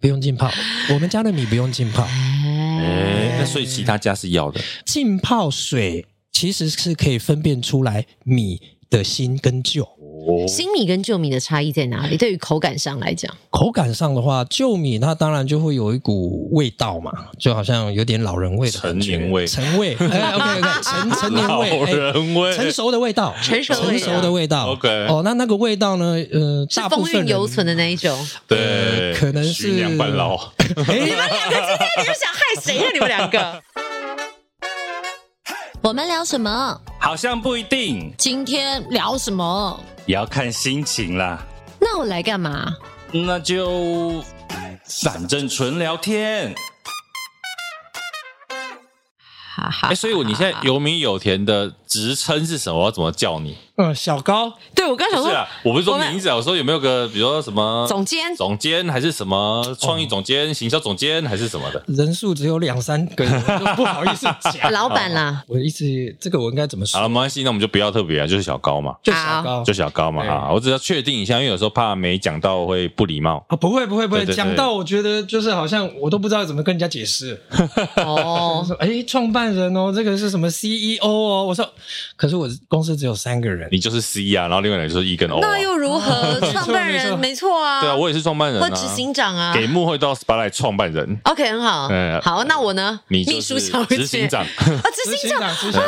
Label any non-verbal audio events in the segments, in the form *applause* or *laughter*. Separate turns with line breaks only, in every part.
不用浸泡，我们家的米不用浸泡，
嗯
哎，
哎
那所以其他家是要的，
浸泡水其实是可以分辨出来米的新跟旧。
哦
新米跟旧米的差异在哪里？对于口感上来讲，
口感上的话，旧米它当然就会有一股味道嘛，就好像有点老人味的感觉
陈年味
陈味，哎，OK OK，陈
*laughs*
陈年
老
味，哎
人味，
成熟的味道，
成熟的味
成
道
熟的味道。
OK
哦，那那个味道呢？呃，
是
大部
风
分
韵
人
犹存的那一种。呃
对，
可能是
徐娘半老，
*laughs* 你们两个今天你们想害谁呀、你们两个？ *laughs* 我们聊什么？
好像不一定，
今天聊什么？
也要看心情啦。
那我来干嘛？
那就反正纯聊天。
哈
哎、
哈，
所以我你现在有米有田的职称是什么？我要怎么叫你？
*laughs* 呃小高
对 *laughs* 我刚想
不
说
是啊，我不是说
我们
名字啊，我说有没有个，比如说什么
总监
总监还是什么创意总监、行销总监还是什么
嗯
的？
人数只有两三个，我就不好意思讲。
*laughs* 老板啦，
我一直这个我应该怎么
好
说？
了，没关系，那我们就不要特别啊，就是小高嘛，
就小高
就小高嘛
对
啊。我只要确定一下，因为有时候怕没讲到会不礼貌。
啊，不会不会不会，
对对对
讲到我觉得就是好像我都不知道怎么跟人家解释。我
哦， *laughs*
说哎，创办人哦，这个是什么 CEO 哦？我说，可是我公司只有三个人，
你就是 C 啊，然后另外两个就是 E 跟 O 啊
那。又如何？
*laughs*
错
创办人没
没
错啊，
对啊，我也是创办人
或
啊，
执行长啊
给幕后到 SPA 创办人，
，OK，很好
哎，
好，那我呢？
你
秘
就
书
是
小姐，
执
*laughs*
行长，
啊，执
执
行
行
长，
长，执行长，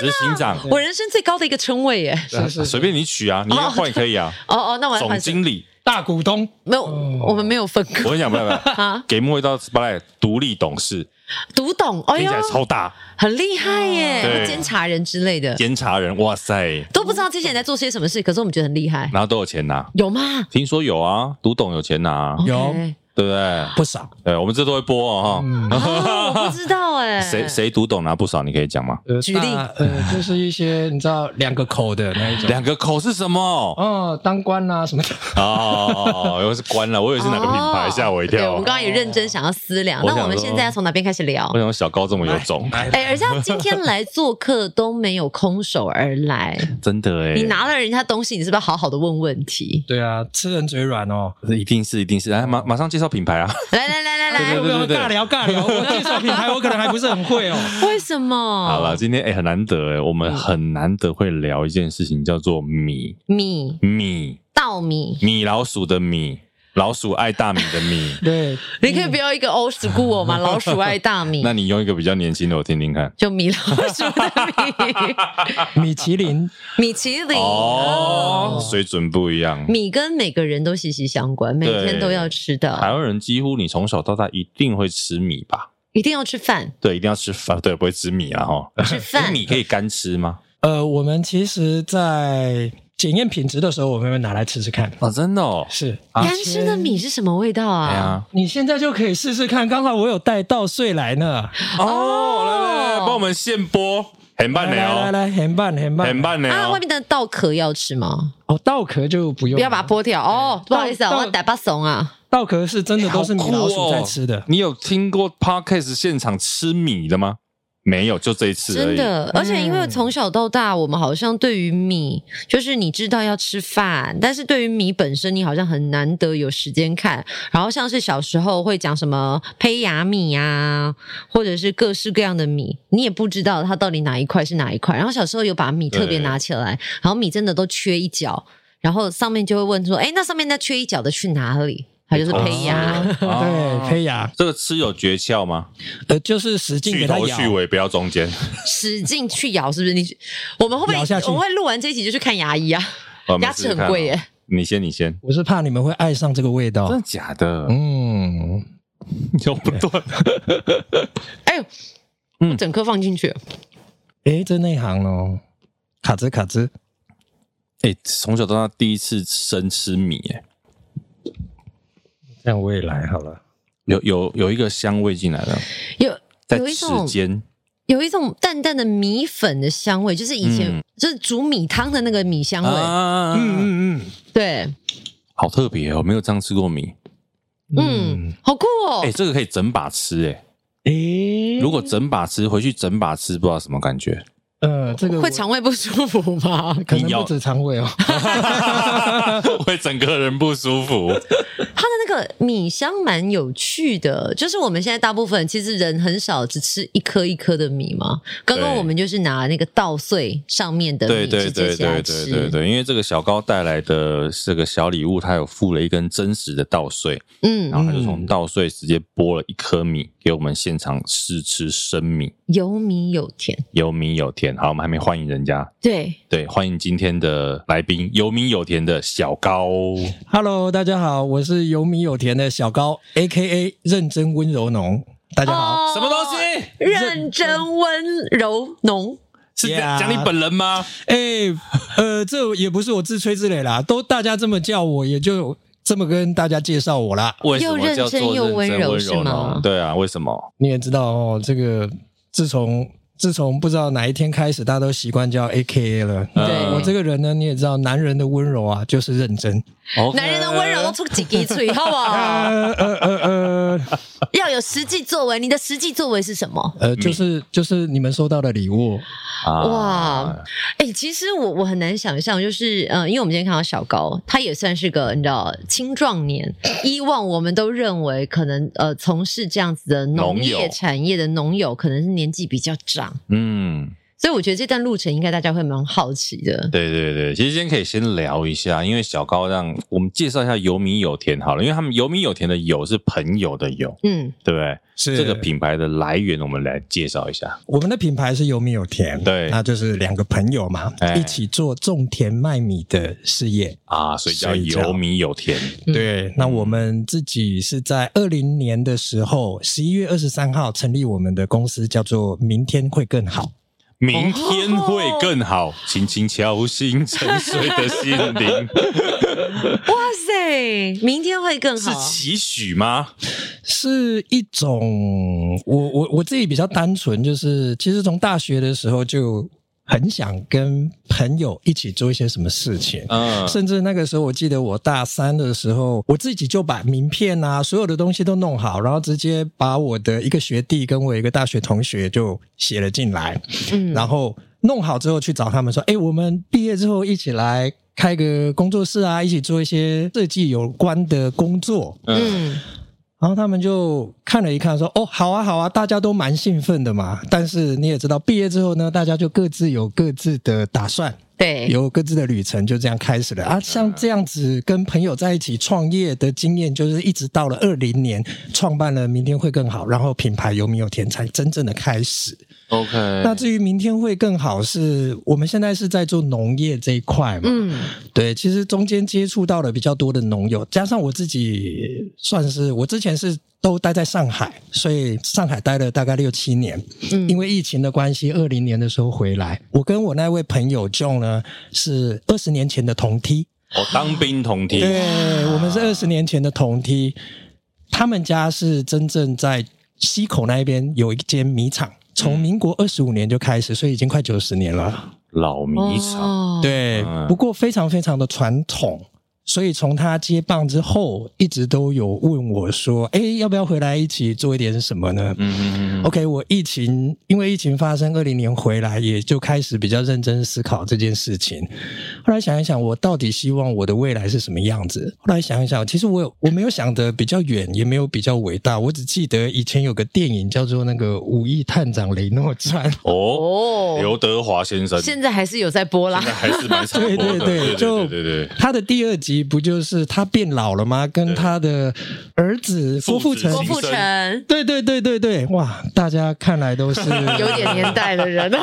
执行长，
我人生最高的一个称谓耶。
是是
随便你取啊，你要换也可以啊。
哦哦，那我要
总
*laughs* 换谁
经理，
大股东，
没有，
哦
我们没有分
我
割
跟你讲，不要不
*laughs*
要，
啊。
给幕后到 SPA 独立董事，
读懂，哎
听
呦
起来，超大，
很厉害
哦
耶，
对
会监察人之类的，
监察人，哇塞，
都不知道这些人在做些什么事，可是我们觉得很厉害，
然后都有钱拿。
有吗？
听说有啊，读懂有钱拿、
有
OK
对不对？
不少。
对，我们这都会播哦，
嗯
哦，我不知道哎
哈。， *laughs* 谁？谁读懂拿不少，你可以讲吗？
呃
举例
大呃，就是一些你知道两个口的那一种，
两个口是什么？
哦，当官啊什么的，
哦，又是关了，我以为是哪个品牌，
哦
吓我一
对，我
跳。
们刚刚也认真想要思量，
我
那
想
我们现在要从哪边开始聊
我？想小高这么有种，
哎，而且他今天来做客都没有空手而
*laughs*
来，
真的哎，
你拿了人家东西，你是不是要好好的问问题？
对啊，吃人嘴软哦。
一定是一定是，哎，马马上介绍品牌啊，
来来来来
对
来，
对对对
尬聊尬聊，我介绍品牌我可能还不是很会哦。
为什么？
好了，，今天哎、很难得哎，我们很难得会聊一件事情，叫做米
米
米
稻米，
米老鼠的米，老鼠爱大米的米。
对，
你可以不要一个 old school
*laughs*
吗？老鼠爱大米
那，你用一个比较年轻的我听听看。
就米老 *laughs* 鼠的
米其林
米，米其林。
哦
哦，
水准不一样。
米跟每个人都息息相关，每
对
天都要吃
台
的，
湾人几乎你从小到大一定会吃米吧？
一定要吃
*laughs*
饭，
对，一定要吃饭，对，不会吃米啊哈。
吃饭。
米可以干吃吗？
呃，我们其实，在检验品质的时候，我们会拿来吃吃看。
哦，真的哦。
是，
啊
干吃的米是什么味道
哎
啊？
呀，
你现在就可以试试看。刚好我有带稻穗来呢，
哦，来来来，帮我们现播，很慢
来
呢
来
哦，
来，很棒很棒
很慢呢
啊，外
哦。
面的稻壳要吃吗？
哦，稻壳就不
啊
用，
不要把它剥掉哦，不好意思啊，
稻
我要打巴怂啊。
稻壳是真的都是米老鼠在吃的
好酷哦。你有听过 podcast 现场吃米的吗？没有，就这一次而
真
已。嗯
的，而且因为从小到大，我们好像对于米，就是你知道要吃饭，但是对于米本身，你好像很难得有时间看。然后像是小时候会讲什么胚芽米啊，或者是各式各样的米，你也不知道它到底哪一块是哪一块。然后小时候有把米特别拿起来，然后米真的都缺一角，然后上面就会问说：“哎，那上面那缺一角的去哪里？”它就是胚芽。
哦
对，胚芽，
这个吃有诀窍吗？
呃，就是使劲
去
给它
头
咬
去。尾，不要中间。
使劲去咬，是不是？你我们会不会
咬下去
我们会录完这一集就去看牙医啊？
我们
牙
试试
齿很
看
贵
哦
耶、
你先，你先。
我是怕你们会爱上这个味道
真。的假的？
嗯，
咬不断。
哎呦，
嗯
我整颗放进去，
诶，这内行哦，卡兹卡兹，
哎、从小到大第一次生吃米、哎，
这样我也来好了。
有有有一个香味进来了，
有
在
有一
指
种
尖，
有一种淡淡的米粉的香味，就是以前、
嗯
就是煮米汤的那个米香味，
啊，嗯嗯，
嗯嗯
对，
好特别哦，没有这样吃过米。
嗯，好酷哦。嗯
哎、这个可以整把吃、哎，
诶，
*laughs*
如果整把吃，回去整把吃，不知道什么感觉。
呃，这个我
会肠胃不舒服吗？
可能
你要
不止肠胃哦。
会整个人不舒服。
它的 *laughs* 那个米香蛮有趣的，就是我们现在大部分其实人很少只吃一颗一颗的米嘛。刚刚
对
我们就是拿那个稻穗上面的
对
米
对
直
对
接起
对
来
对对
吃，
对，因为这个小高带来的这个小礼物，它有附了一根真实的稻穗，
嗯
然，后他就从稻穗直接剥了一颗米给我们现场试吃生米，
有米有甜，
有米有甜。好，我们还没欢迎人家，
对，
对，欢迎今天的来宾，有米有甜的小高。
Hello，大家好，我是有米有甜的小高，A K A 认真温柔农。大家好，
哦
什么东？西？
认真温柔浓，
是
Yeah
讲你本人吗？
哎、呃，这也不是我自吹自擂啦，都大家这么叫我，也就这么跟大家介绍我啦。
啊为什么叫做
又认真又温
温
柔
柔
是吗
呢？对啊，为什么？
你也知道哦，这个自从自从不知道哪一天开始，大家都习惯叫 A K A 了。
对
嗯
我这个人呢，你也知道，男人的温柔啊，就是认真。
OK
男人的温柔都出几滴嘴，好不好？
*laughs*
呃呃呃呃
要有实际作为，你的实际作为是什么？
呃，就是就是你们收到的礼物，
啊
哇，哎、其实我我很难想象，就是呃，因为我们今天看到小高，他也算是个你知道青壮
*laughs*
年。以往我们都认为，可能呃从事这样子的农
农友
业产业的农友，可能是年纪比较长，
嗯。
所以我觉得这段路程应该大家会蛮好奇的。
对对对，其实今天可以先聊一下，因为小高让我们介绍一下有米有田好了，因为他们有米有田的有是朋友的友，
嗯，
对不对？
是
这个品牌的来源，我们来介绍一下。
我们的品牌是有米有田，
对
那就是两个朋友嘛，
哎
一起做种田卖米的事业。
啊，所以叫
所以叫
有米有田，
嗯
对，那我们自己是在二零年的时候，十一月二十三号成立我们的公司，叫做“明天会更好
明天会更好，轻轻敲醒沉睡的心
哦
灵，
哇塞，明天会更
*laughs* 是
好。
期许吗？”，
是一种我我我自己比较单纯，就是其实从大学的时候就很想跟朋友一起做一些什么事情。
嗯，
甚至那个时候，我记得我大三的时候，我自己就把名片啊，所有的东西都弄好，然后直接把我的一个学弟跟我一个大学同学就写了进来，
嗯，
然后弄好之后去找他们说：“哎，我们毕业之后一起来开个工作室啊，一起做一些设计有关的工作。”
嗯，
然后他们就看了一看，说：“哦，好啊，好啊，大家都蛮兴奋的嘛。但是你也知道，毕业之后呢，大家就各自有各自的打算。”
对，
有各自的旅程，就这样开始了啊！像这样子跟朋友在一起创业的经验，就是一直到了二零年创办了明天会更好，然后品牌有米有田才真正的开始。
，OK，
那至于明天会更好是，我们现在是在做农业这一块嘛？
嗯，
对，其实中间接触到了比较多的农友，加上我自己算是我之前是都待在上海，所以上海待了大概六七年。
嗯
因为疫情的关系，二零年的时候回来，我跟我那位朋友 John 呢是二十年前的同梯，
我哦当兵同梯，
对我们是二十年前的同梯，他们家是真正在西口那边有一间米厂。从民国二十五年就开始，所以已经快九十年了。
老迷场，
哦，
对
嗯，
不过非常非常的传统，所以从他接棒之后，一直都有问我说：“哎，要不要回来一起做一点什么呢？”
嗯嗯嗯嗯
OK，我疫情因为疫情发生，二零年回来也就开始比较认真思考这件事情。后来想一想，我到底希望我的未来是什么样子？后来想一想，其实我有我没有想的比较远，也没有比较伟大，我只记得以前有个电影叫做那个《武义探长雷诺传》。
哦，
哦，
刘德华先生，
现在还是有在播啦
呃现在。还是蛮常
对 *laughs*
播
对
的，对
对，就
对
*laughs*
对对，
他的第二集不就是他变老了吗？跟他的儿子郭富城
父
*laughs* 郭富
子情
城
对对对对对，哇！大家看来都是
*laughs* 有点年代的人，
没有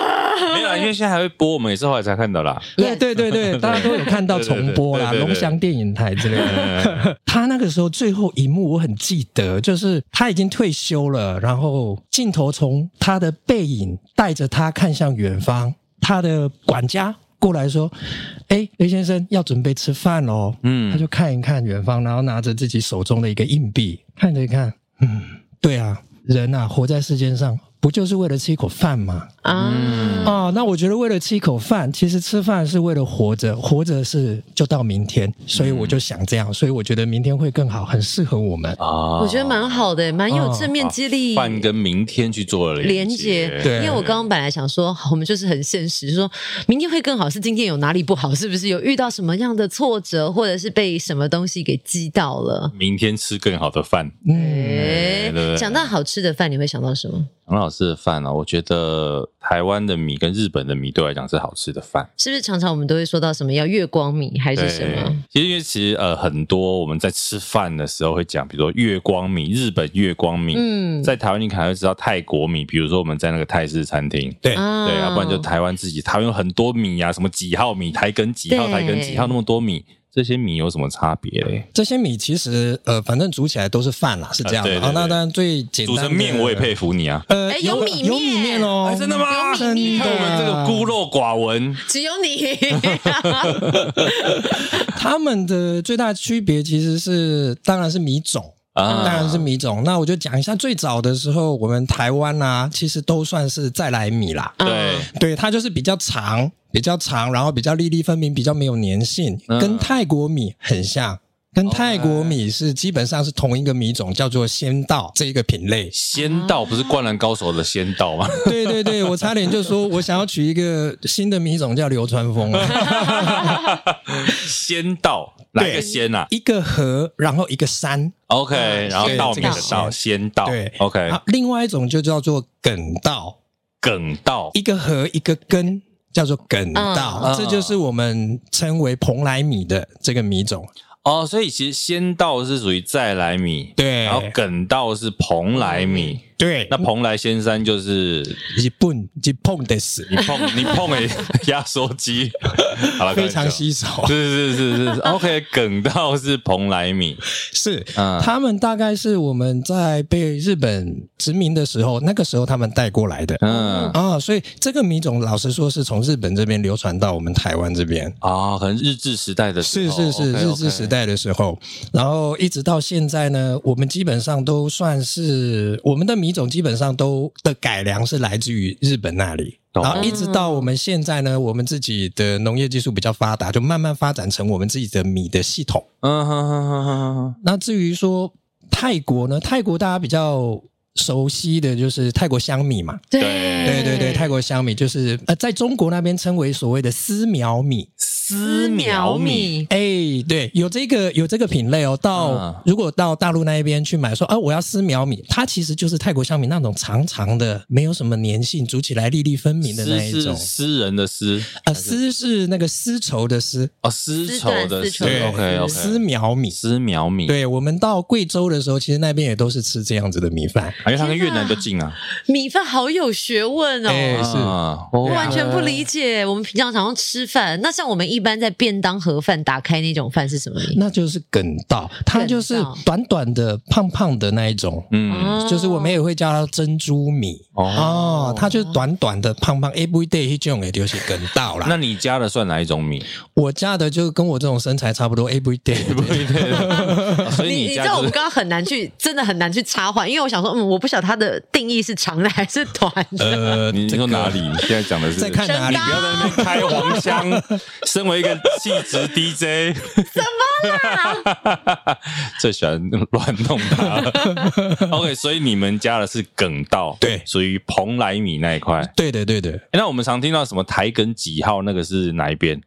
啦，啊因为现在还会播，我们也是后来才看到啦。
*laughs* 对对对对，大家都有看到重播啦，
对对对对对对
龙翔电影台之类的。 *laughs* 他那个时候最后一幕我很记得，就是他已经退休了，然后镜头从他的背影带着他看向远方，他的管家过来说：“哎，雷先生要准备吃饭喽。”他
嗯，
就看一看远方，然后拿着自己手中的一个硬币看着一看，嗯，对啊，人啊，活在世间上不就是为了吃一口饭吗？
*laughs*
嗯
啊，
啊、那我觉得为了吃一口饭，其实吃饭是为了活着，活着是就到明天，所以我
嗯
就想这样，所以我觉得明天会更好，很适合我们。
啊
我觉得蛮好的，蛮有正面激励。
饭跟明天去做了
连
接
接，
对
因为我刚刚本来想说，好我们就是很现实，说明天会更好，是今天有哪里不好，是不是有遇到什么样的挫折，或者是被什么东西给击到了？
明天吃更好的饭。
嗯，
哎
对对对
讲到好吃的饭，你会想到什么？
很好吃的饭啊，我觉得台湾的米跟日本的米对我来讲是好吃的饭。
是不是常常我们都会说到什么要月光米还是什
对
么？，
其实因为其实呃很多我们在吃饭的时候会讲，比如说月光米，日本月光米。
嗯，
在台湾，你可能会知道泰国米，比如说我们在那个泰式餐厅，
对
啊
对，要嗯不然就台湾自己，台湾有很多米啊，什么几号米、台根几号、
对
台根几号，那么多米，这些米有什么差别嘞？
这些米其实呃，反正煮起来都是饭啦，是这样
啊对
的。
对
啊，那
对
当然最简单
煮
的
成面我也佩服你啊！
呃
哎有米面
有米面哦啊
哎，，真的吗？
有米面
你看我们这个孤陋寡闻，
只有
*laughs*
你 *laughs* 啊
他们的最大区别其实是，当然是米种。
啊
当然是米种。那我就讲一下，最早的时候，我们台湾啊，其实都算是再来米啦。
对
嗯
对，它就是比较长，比较长，然后比较粒粒分明，比较没有粘性，
嗯。
跟泰国米很像。跟泰国米是基本上是同一个米种，叫做仙道这一个品类
*laughs* 仙道不是灌篮高手的仙道吗？
嗯
对对对，我差点就说我想要取一个新的米种叫流川
*laughs*
枫，
仙道哪一个仙啊
一个河，然后一个山，
？OK，
嗯
然后
仙
道明的
道
道，仙道
对
，OK，
啊，另外一种就叫做梗道，
梗道
一个河一个根，叫做梗道，
嗯
这就是我们称为蓬莱米的这个米种。
哦，所以其实仙道是属于再来米，
对嗯
然后梗道是蓬莱米，
对
那蓬莱仙山就是
日本日本的死
你碰你碰诶压缩机，好了，
非常
稀，
稀少，
是是是是是，OK，梗道是蓬莱米，
是。
嗯，
他们大概是我们在被日本殖民的时候，那个时候他们带过来的
嗯
啊，所以这个米种老实说是从日本这边流传到我们台湾这边。
啊，可能日治时代的时
是
候
是是，
OK，OK
日治时代的时候，然后一直到现在呢，我们基本上都算是我们的米种基本上都的改良是来自于日本那里。
懂
然后一直到我们现在呢，我们自己的农业技术比较发达，就慢慢发展成我们自己的米的系统。
嗯哼哼哼哼哼，
那至于说泰国呢，泰国大家比较熟悉的就是泰国香米嘛，
对
对对对，泰国香米就是呃，在中国那边称为所谓的丝苗米。
丝
苗
苗米，
米
哎，对，有这个有这个品类哦。到、
嗯
如果到大陆那一边去买说，啊，我要丝苗米，它其实就是泰国香米那种长长的，没有什么粘性，煮起来粒粒分明的那
丝
一
是
种。
诗人的诗
啊，丝是那个丝绸的丝，
哦，丝绸的
丝对绸
OK
的
OK，
丝苗米。
丝苗米，
对我们到贵州的时候，其实那边也都是吃这样子的米饭。
啊，因为它跟越南就近啊，
米饭好有学问哦。
哎是
啊哦
我完全不理解，我们平常常用吃饭，那像我们一般在便当盒饭打开那种饭是什么米？
那就是梗道，它就是
梗道
短短的、胖胖的那一种，
嗯，
啊
就是我们也会叫它珍珠米
哦
哦它就是短短的、胖胖，every day 一种也就是梗道啦
那。你加的算哪一种米？
我家的就跟我这种身材差不多，every day。
对，所以
你你知
加
道我
就
们
是
刚刚很难去，真的很难去插话，因为我想说，嗯，我不晓得它的定义是长的还是短
*laughs*
的。
呃
*laughs* 你你
这
说
个
哪里？你现在讲的是
在看哪里
身？高
不呃要在那边开黄
*laughs*
腔。身为一个气质 DJ，怎么啦？ *laughs* 最喜欢乱弄
*laughs*
他了。OK，所以你们加的是梗道，
对
属于蓬莱米那一块。诶
对的，对的。
那我们常听到什么台梗几号，那个是哪一边？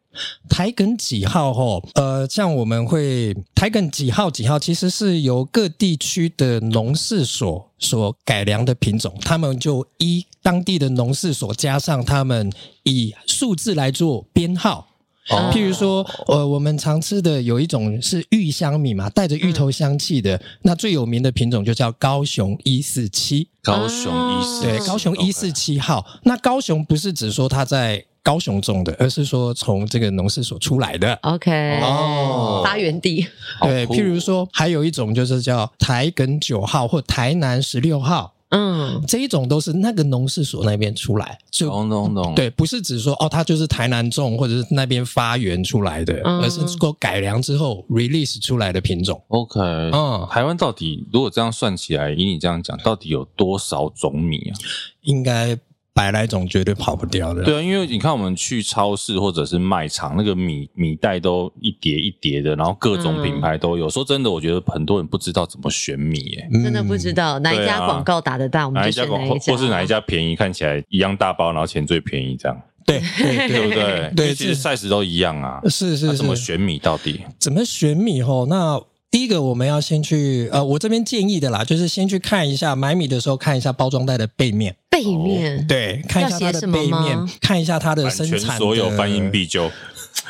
台梗几号吼？呃，像我们会台梗几号几号，其实是由各地区的农事所所改良的品种，他们就依当地的农事所加上他们以数字来做编号。
哦
譬如说，呃，我们常吃的有一种是芋香米嘛，带着芋头香气的。那最有名的品种就叫高雄一四七，
高雄一四，
对，高雄一四七号。那高雄不是只说它在高雄种的，而是说从这个农事所出来的。
OK，
哦
发源地
好
对，
酷
譬如说，还有一种就是叫台梗九号或台南十六号，
嗯
这一种都是那个农事所那边出来，就
懂懂懂，，
对，不是只说哦，它就是台南种或者是那边发源出来的，
嗯
而是经过改良之后 release 出来的品种。
OK，
嗯，
台湾到底如果这样算起来，以你这样讲，到底有多少种米啊？
应该百来种绝对跑不掉的。
对啊，因为你看我们去超市或者是卖场，那个米米袋都一叠一叠的，然后各种品牌都有。说真的，我觉得很多人不知道怎么选米耶、
嗯，
真的不知道哪一
对
家
啊
广告打得大，嗯我们就
哪一家
选
广
哪
或
一家，
或是哪一家便宜，看起来一样大包，然后钱最便宜，这样
对对
对
对？
不 *laughs* 对
对
因为其实
是
size 都一样啊。
是
那
是是，
怎么选米到底？
怎么选米吼？那第一个我们要先去呃，我这边建议的啦，就是先去看一下买米的时候看一下包装袋的背面，
背面。
对，看一下它
嗯要写
的
什么
背面
吗，
看一下它的
版
生
权
产的
所有翻译必究。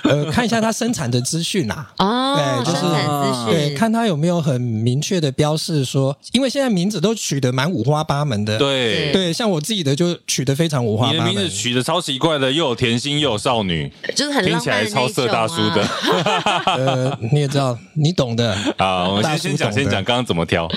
呃，看一下它生产的资讯啦、
哦，
对就是
生产资讯，
对，看它有没有很明确的标示说，因为现在名字都取得蛮五花八门的，
对，
对，像我自己的就取得非常五花
你
八
的
门，
名字取得超奇怪的，又有甜心，又有少女，
就是很
听
浪
起
漫
来
的
超色大叔的
那一种啊。
呃，你也知道，你懂
*laughs*
的。
啊！
*laughs*
我
大
先
叔
先讲，
懂
先
的
讲刚刚怎么挑。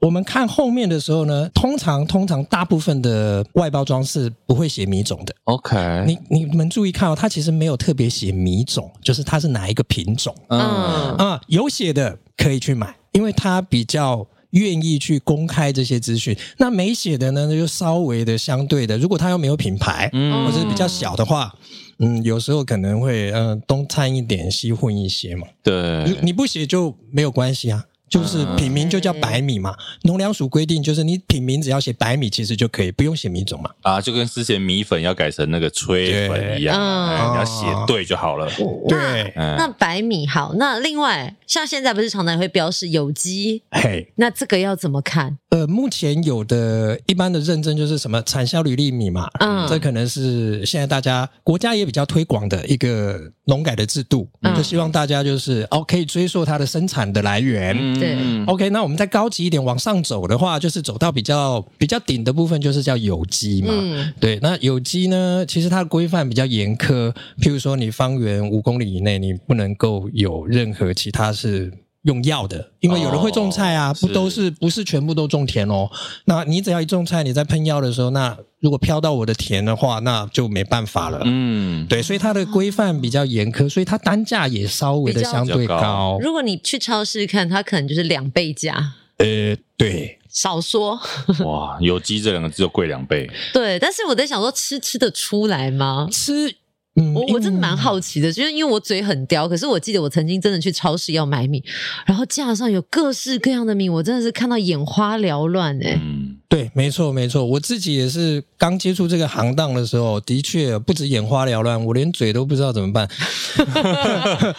我们看后面的时候呢，通常通常大部分的外包装是不会写米种的。
OK，
你你们注意看哦，它其实没有特别写米种，就是它是哪一个品种
嗯，
啊、有写的可以去买，因为它比较愿意去公开这些资讯。那没写的呢，那就稍微的相对的，如果它又没有品牌，
嗯
或者是比较小的话，嗯，有时候可能会嗯、呃东掺一点，西混一些嘛。
对嗯
你，你不写就没有关系啊，就是品名就叫白米嘛。农粮署规定就是你品名只要写白米，其实就可以，不用写米种嘛。
啊，就跟之前米粉要改成那个吹粉一
对
样，哎
嗯
你要写对就好了。
对，
嗯
那白米好，那另外像现在不是常常也会标示有机，
嘿，
那这个要怎么看？
呃，目前有的一般的认证就是什么产销履历米嘛，
嗯
这可能是现在大家国家也比较推广的一个农改的制度，
嗯
就希望大家就是哦可以追溯它的生产的来源。
嗯
对
嗯
OK，那我们再高级一点往上走的话，就是走到比较比较顶的部分，就是叫有机嘛。
嗯
对，那有机呢，其实它的规范比较严苛，譬如说你方圆五公里以内，你不能够有任何其他是。用药的，因为有人会种菜啊，
哦
不都是不是全部都种田哦？那你只要一种菜，你在喷药的时候，那如果飘到我的田的话，那就没办法了。
嗯，
对，所以它的规范比较严苛，所以它单价也稍微的
比较
相对
比较
高
高。
嗯如果你去超市看，它可能就是两倍价，
呃，对，
少说。
哇，有机这两个字就贵两倍，
对，但是我在想说，吃吃得出来吗？
吃，嗯，
我我真的蛮
好。
好奇的，就是因为我嘴很刁，可是我记得我曾经真的去超市要买米，然后架上有各式各样的米，我真的是看到眼花缭乱哎、
嗯，
对，没错，没错，我自己也是刚接触这个行当的时候，的确不止眼花缭乱，我连嘴都不知道怎么办， *laughs*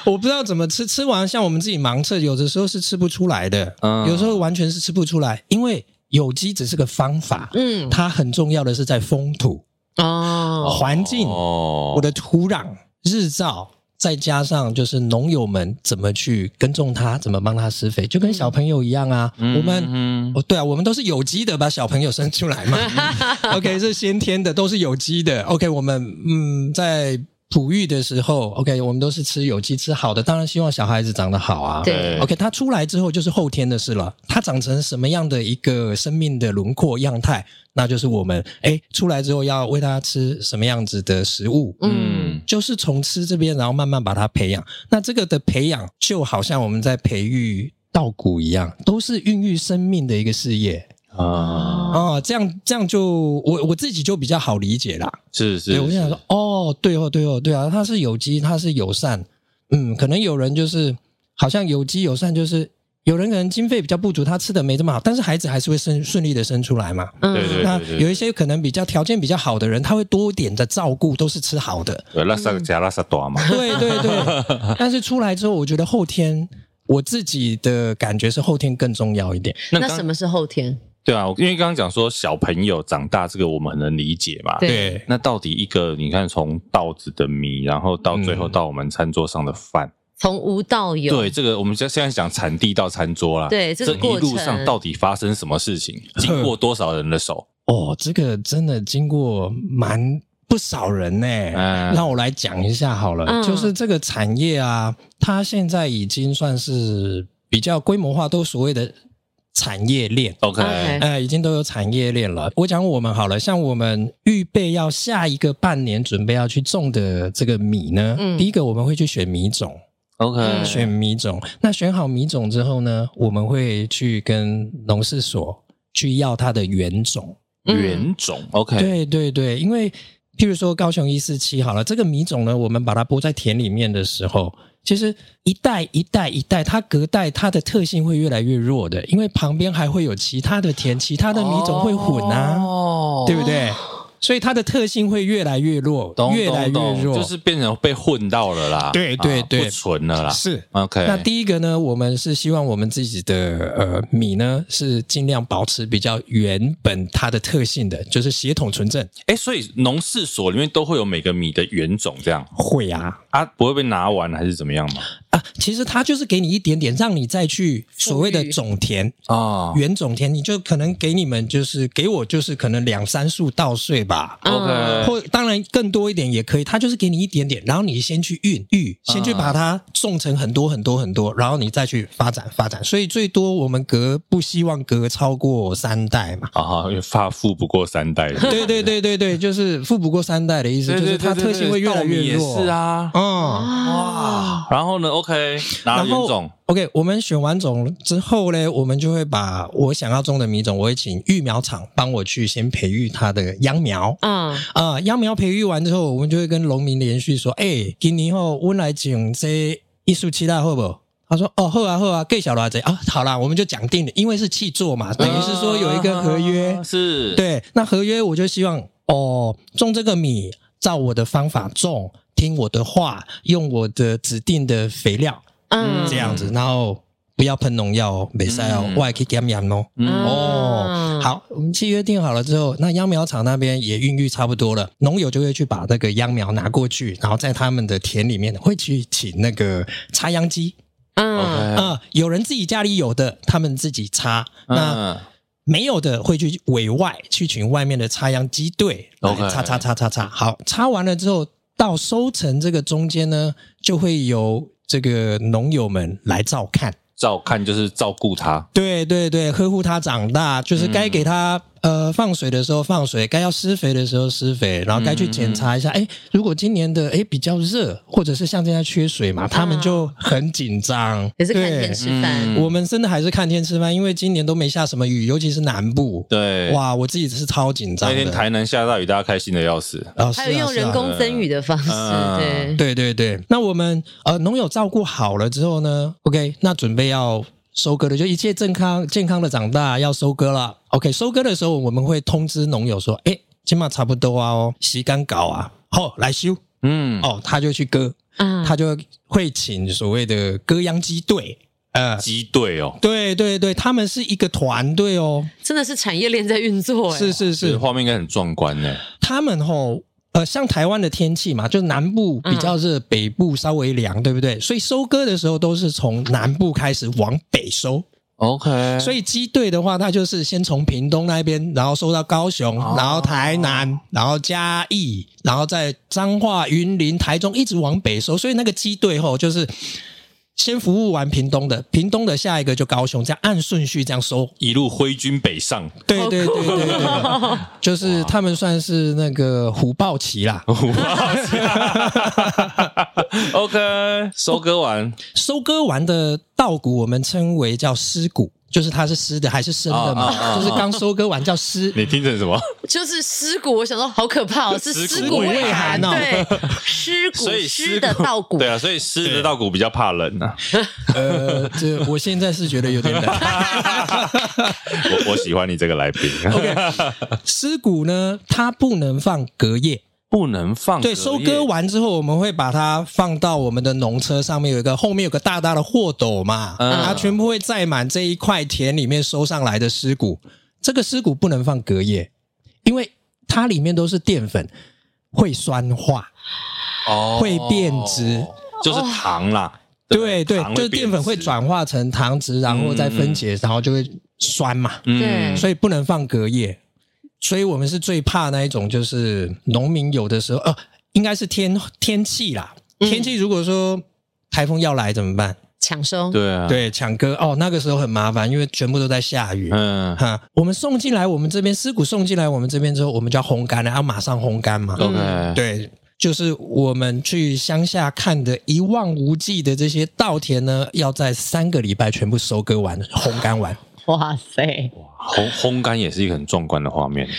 我不知道怎么吃，吃完像我们自己盲测，有的时候是吃不出来的，
嗯
有时候完全是吃不出来，因为有机只是个方法，
嗯，
它很重要的是在风土、
哦，
环境、
哦
我的土壤、日照。再加上就是农友们怎么去耕种它，怎么帮它施肥，就跟小朋友一样啊。我们
嗯
哦，对啊，我们都是有机的把小朋友生出来嘛。OK，是嗯先天的，都是有机的。OK，我们嗯在。哺育的时候，OK，我们都是吃有机吃好的，当然希望小孩子长得好啊。
对
，OK，他出来之后就是后天的事了，他长成什么样的一个生命的轮廓样态，那就是我们哎出来之后要喂他吃什么样子的食物，
嗯，
嗯
就是从吃这边，然后慢慢把它培养。那这个的培养，就好像我们在培育稻谷一样，都是孕育生命的一个事业
啊，
哦
啊、这样这样就我我自己就比较好理解啦。
是
对，
是，
我就想说，哦，对哦，对哦，对啊，它是有机，它是友善。嗯，可能有人就是好像有机友善，就是有人可能经费比较不足，他吃的没这么好，但是孩子还是会生顺利的生出来嘛。
嗯
对对
那有一些可能比较条件比较好的人，他会多点的照顾，都是吃好的。
对，拉
嗯
萨加拉萨多
*laughs*
嘛，
对对对，但是出来之后，我觉得后天我自己的感觉是后天更重要一点。
那
那
刚
什么是后天？
对啊，因为刚刚讲说小朋友长大这个我们很能理解嘛，
对，
那到底一个你看从稻子的米，然后到最后
嗯
到我们餐桌上的饭。
从无到有，
对，这个我们现现在讲产地到餐桌啦，
对这
这
个
一
过
啊路
程
上到底发生什么事情，经过多少人的手，
*laughs* 哦，这个真的经过蛮不少人呢、
嗯
让我来讲一下好了，
嗯
就是这个产业啊，它现在已经算是比较规模化，都所谓的。产业链。
OK，
OK
呃，已经都有产业链了。我讲我们好了，像我们预备要下一个半年准备要去种的这个米呢，
嗯
第一个我们会去选米种，
OK，
嗯
选米种。那选好米种之后呢，我们会去跟农事所去要它的原种。
嗯
原种 OK，
对对对，因为譬如说高雄一四七好了，这个米种呢，我们把它播在田里面的时候，其实一代一代一代，它隔代它的特性会越来越弱的，因为旁边还会有其他的田，其他
它
的米种会混啊，
哦
对不对？所以它的特性会越来越弱，
懂
越来
懂
越
懂，
弱，
就是变成被混到了啦，
对对
啊
对
不纯了啦
是。
，OK，
那第一个呢，我们是希望我们自己的呃米呢是尽量保持比较原本它的特性的，就是血统纯正。
哎，所以农事所里面都会有每个米的原种这样
会啊，
啊，不会被拿完还是怎么样吗？
啊，其实它就是给你一点点，让你再去所谓的种田、
啊
原种田，你就可能给你们就是给我就是可能两三束稻穗吧，
嗯
哦 OK
或当然更多一点也可以。它就是给你一点点，然后你先去孕育，先去把它种成很多很多很多，然后你再去发展发展。所以最多我们隔不希望隔超过三代嘛。
啊，因为发富不过三代，
*laughs* 对对对对对，就是富不过三代的意思，
对，
就是它
对对
特性会越来越
稻米
弱。
也是，啊，
嗯。
哇，然哦后呢？OK，拿了
然
原
后
种
OK，我们选完种之后呢，我们就会把我想要种的米种，我会请育苗厂帮我去先培育它的秧苗。
嗯
啊、秧苗培育完之后，我们就会跟农民连续说：“哎、今年后温来种这艺术期待好不好？”他说：“哦，好啊，好啊，给小罗这啊，好啦，我们就讲定了，因为是契作嘛，等于是说有一个合约。
啊是，
对，那合约我就希望哦，种这个米，照我的方法种，听我的话，用我的指定的肥料。”
嗯，
这样子，然后不要喷农药哦，没塞哦
嗯，
我还可以减盐哦。
嗯
嗯，
哦，好，我们契约定好了之后，那秧苗厂那边也孕育差不多了，农友就会去把那个秧苗拿过去，然后在他们的田里面会去请那个插秧机
嗯
OK
啊、有人自己家里有的，他们自己插，那
嗯
没有的会去委外去请外面的插秧机队来
OK
插插插插插。好，插完了之后，到收成这个中间呢，就会由这个农友们来照看。
照看就是照顾它，
对对对，呵护它长大，就是该给它、呃放水的时候放水，该要施肥的时候施肥，然后该去检查一下。哎、如果今年的哎比较热，或者是像现在缺水嘛，他们就很紧张。
也是看
对
天吃饭
嗯，
我们真的还是看天吃饭，因为今年都没下什么雨，尤其是南部。
对，
哇，我自己是超紧张
那
的。
天台南下大雨，大家开心的要死，
哦是啊
还有用
是啊
人工增雨的方式，
嗯
对，
对对对，那我们呃农友照顾好了之后呢，OK，那准备要收割了，就一切健康健康的长大要收割了。OK，收割的时候我们会通知农友说，哎，今嘛差不多啊哦，洗干搞啊，好、来修
嗯，
哦，他就去割，
嗯，
他就会请所谓的割秧机队，呃，
鸡队哦，
对对对，他们是一个团队哦，
真的是产业链在运作，哎
是是
这
是，
画面应该很壮观呢，
他们吼，呃，像台湾的天气嘛，就是南部比较热，北部稍微凉，对不对？所以收割的时候都是从南部开始往北收。
OK，
所
以
以机队的话，它就是先从屏东那边，然后收到高雄，
哦
然后台南，然后嘉义，然后在彰化、云林、台中一直往北收。所以那个机队吼，就是先服务完屏东的，屏东的下一个就高雄，这样按顺序这样收。
一路挥军北上，
对对对对对，就是他们算是那个虎豹旗啦。
*laughs* OK，收割完
收割完的稻谷，我们称为叫湿谷，就是它是湿的还是生的嘛？
啊啊啊啊
就是刚收割完叫湿。
*laughs* 你听成什
*laughs*
么？
就是尸骨，我想说好可怕哦，是
尸
尸
骨啊
骨
未
未
寒
寒，
哦
对，尸骨
所以
湿的稻谷
对，啊，所以湿的稻谷比较怕冷啊。
呃，这我现在是觉得有
*laughs*
点冷。
我我喜欢你这个来宾。
湿谷呢，它不能放隔夜。
不能放
对，
隔夜
收割完之后，我们会把它放到我们的农车上面，有一个后面有个大大的货斗嘛，
嗯
它全部会载满这一块田里面收上来的尸骨。这个尸骨不能放隔夜，因为它里面都是淀粉，会酸化。
哦
会变质，
就是糖啦。
对对
糖，
就
会
是
变质嗯
淀粉会转化成糖质，然后再分解，然后就会酸嘛，
对
所以不能放隔夜。所以我们是最怕那一种，就是农民有的时候，呃，应该是天天气啦，
嗯
天气如果说台风要来怎么办？
抢收，
对啊，，
对，抢歌哦，那个时候很麻烦，因为全部都在下雨。
嗯
哈，我们送进来，我们这边尸骨送进来，我们这边之后，我们就要烘干了，要马上烘干嘛。
，OK，，
对，就是我们去乡下看的一望无际的这些稻田呢，要在三个礼拜全部收割 *laughs* 完、烘干完。
哇塞，
烘烘干也是一个很壮观的画面，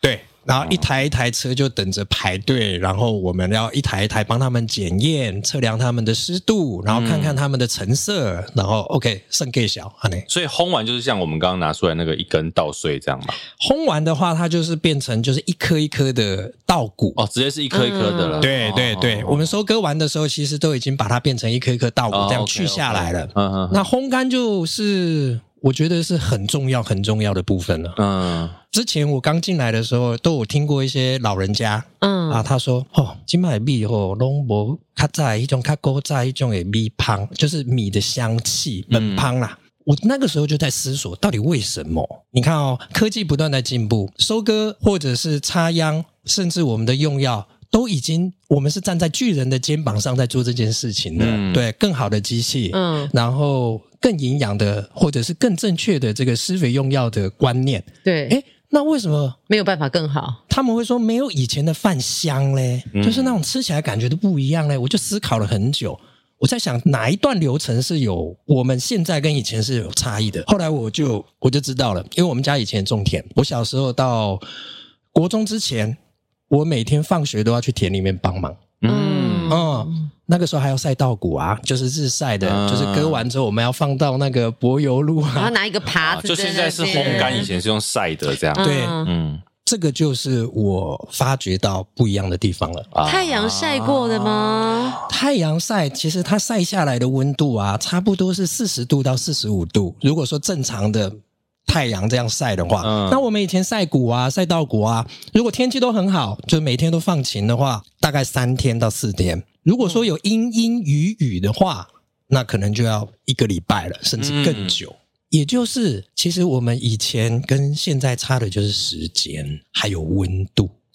对，然后一台一台车就等着排队，然后我们要一台一台帮他们检验、测量他们的湿度，然后看看他们的成色，然后 OK 剩给小啊，那
所以烘完就是像我们刚刚拿出来那个一根稻穗这样嘛，
烘完的话，它就是变成就是一颗一颗的稻谷。
哦，直接是一颗一颗的了，
嗯
哦
对对对，我
们
们收割完的时候，其实都已经把它变成一颗一颗稻谷这样去下来了。
嗯嗯
那烘干就是我觉得是很重要很重要的部分了。
嗯，
之前我刚进来的时候，都有听过一些老人家
嗯
啊，他说：“哦，金麦米吼，拢无较在一种较高在一种的米香，就是米的香气，本香啦。
嗯
我那个时候就在思索，到底为什么？你看哦，科技不断在进步，收割或者是插秧，甚至我们的用药，都已经我们是站在巨人的肩膀上在做这件事情的。
嗯
对，更好的机器，
嗯，
然后更营养的，或者是更正确的这个施肥用药的观念。
对，
诶，那为什么
没有办法更好，
他们会说没有以前的饭香嘞，
嗯
就是那种吃起来感觉都不一样嘞。我就思考了很久，我在想哪一段流程是有我们现在跟以前是有差异的。后来我就我就知道了，因为我们家以前种田，我小时候到国中之前，我每天放学都要去田里面帮忙。
嗯
嗯
嗯，那个时候还要晒稻谷啊，就是日晒的，
嗯
就是割完之后我们要放到那个柏油路
然后
啊。
拿一个耙
啊
子，
就现在是烘干，以，前是用晒的这样，
对
嗯
嗯，
这个就是我发觉到不一样的地方了。
啊
太阳晒过的？吗？
太阳晒其实它晒下来的温度啊，差不多是四十度到四十五度。如果说正常的太阳这样晒的话，
嗯
那我们以前晒谷啊、晒稻谷啊，如果天气都很好，就每天都放晴的话，大概三天到四天。如果说有阴阴雨雨的话，那可能就要一个礼拜了，甚至更久。也就是，其实我们以前跟现在差的就是时间，还有温度。
嗯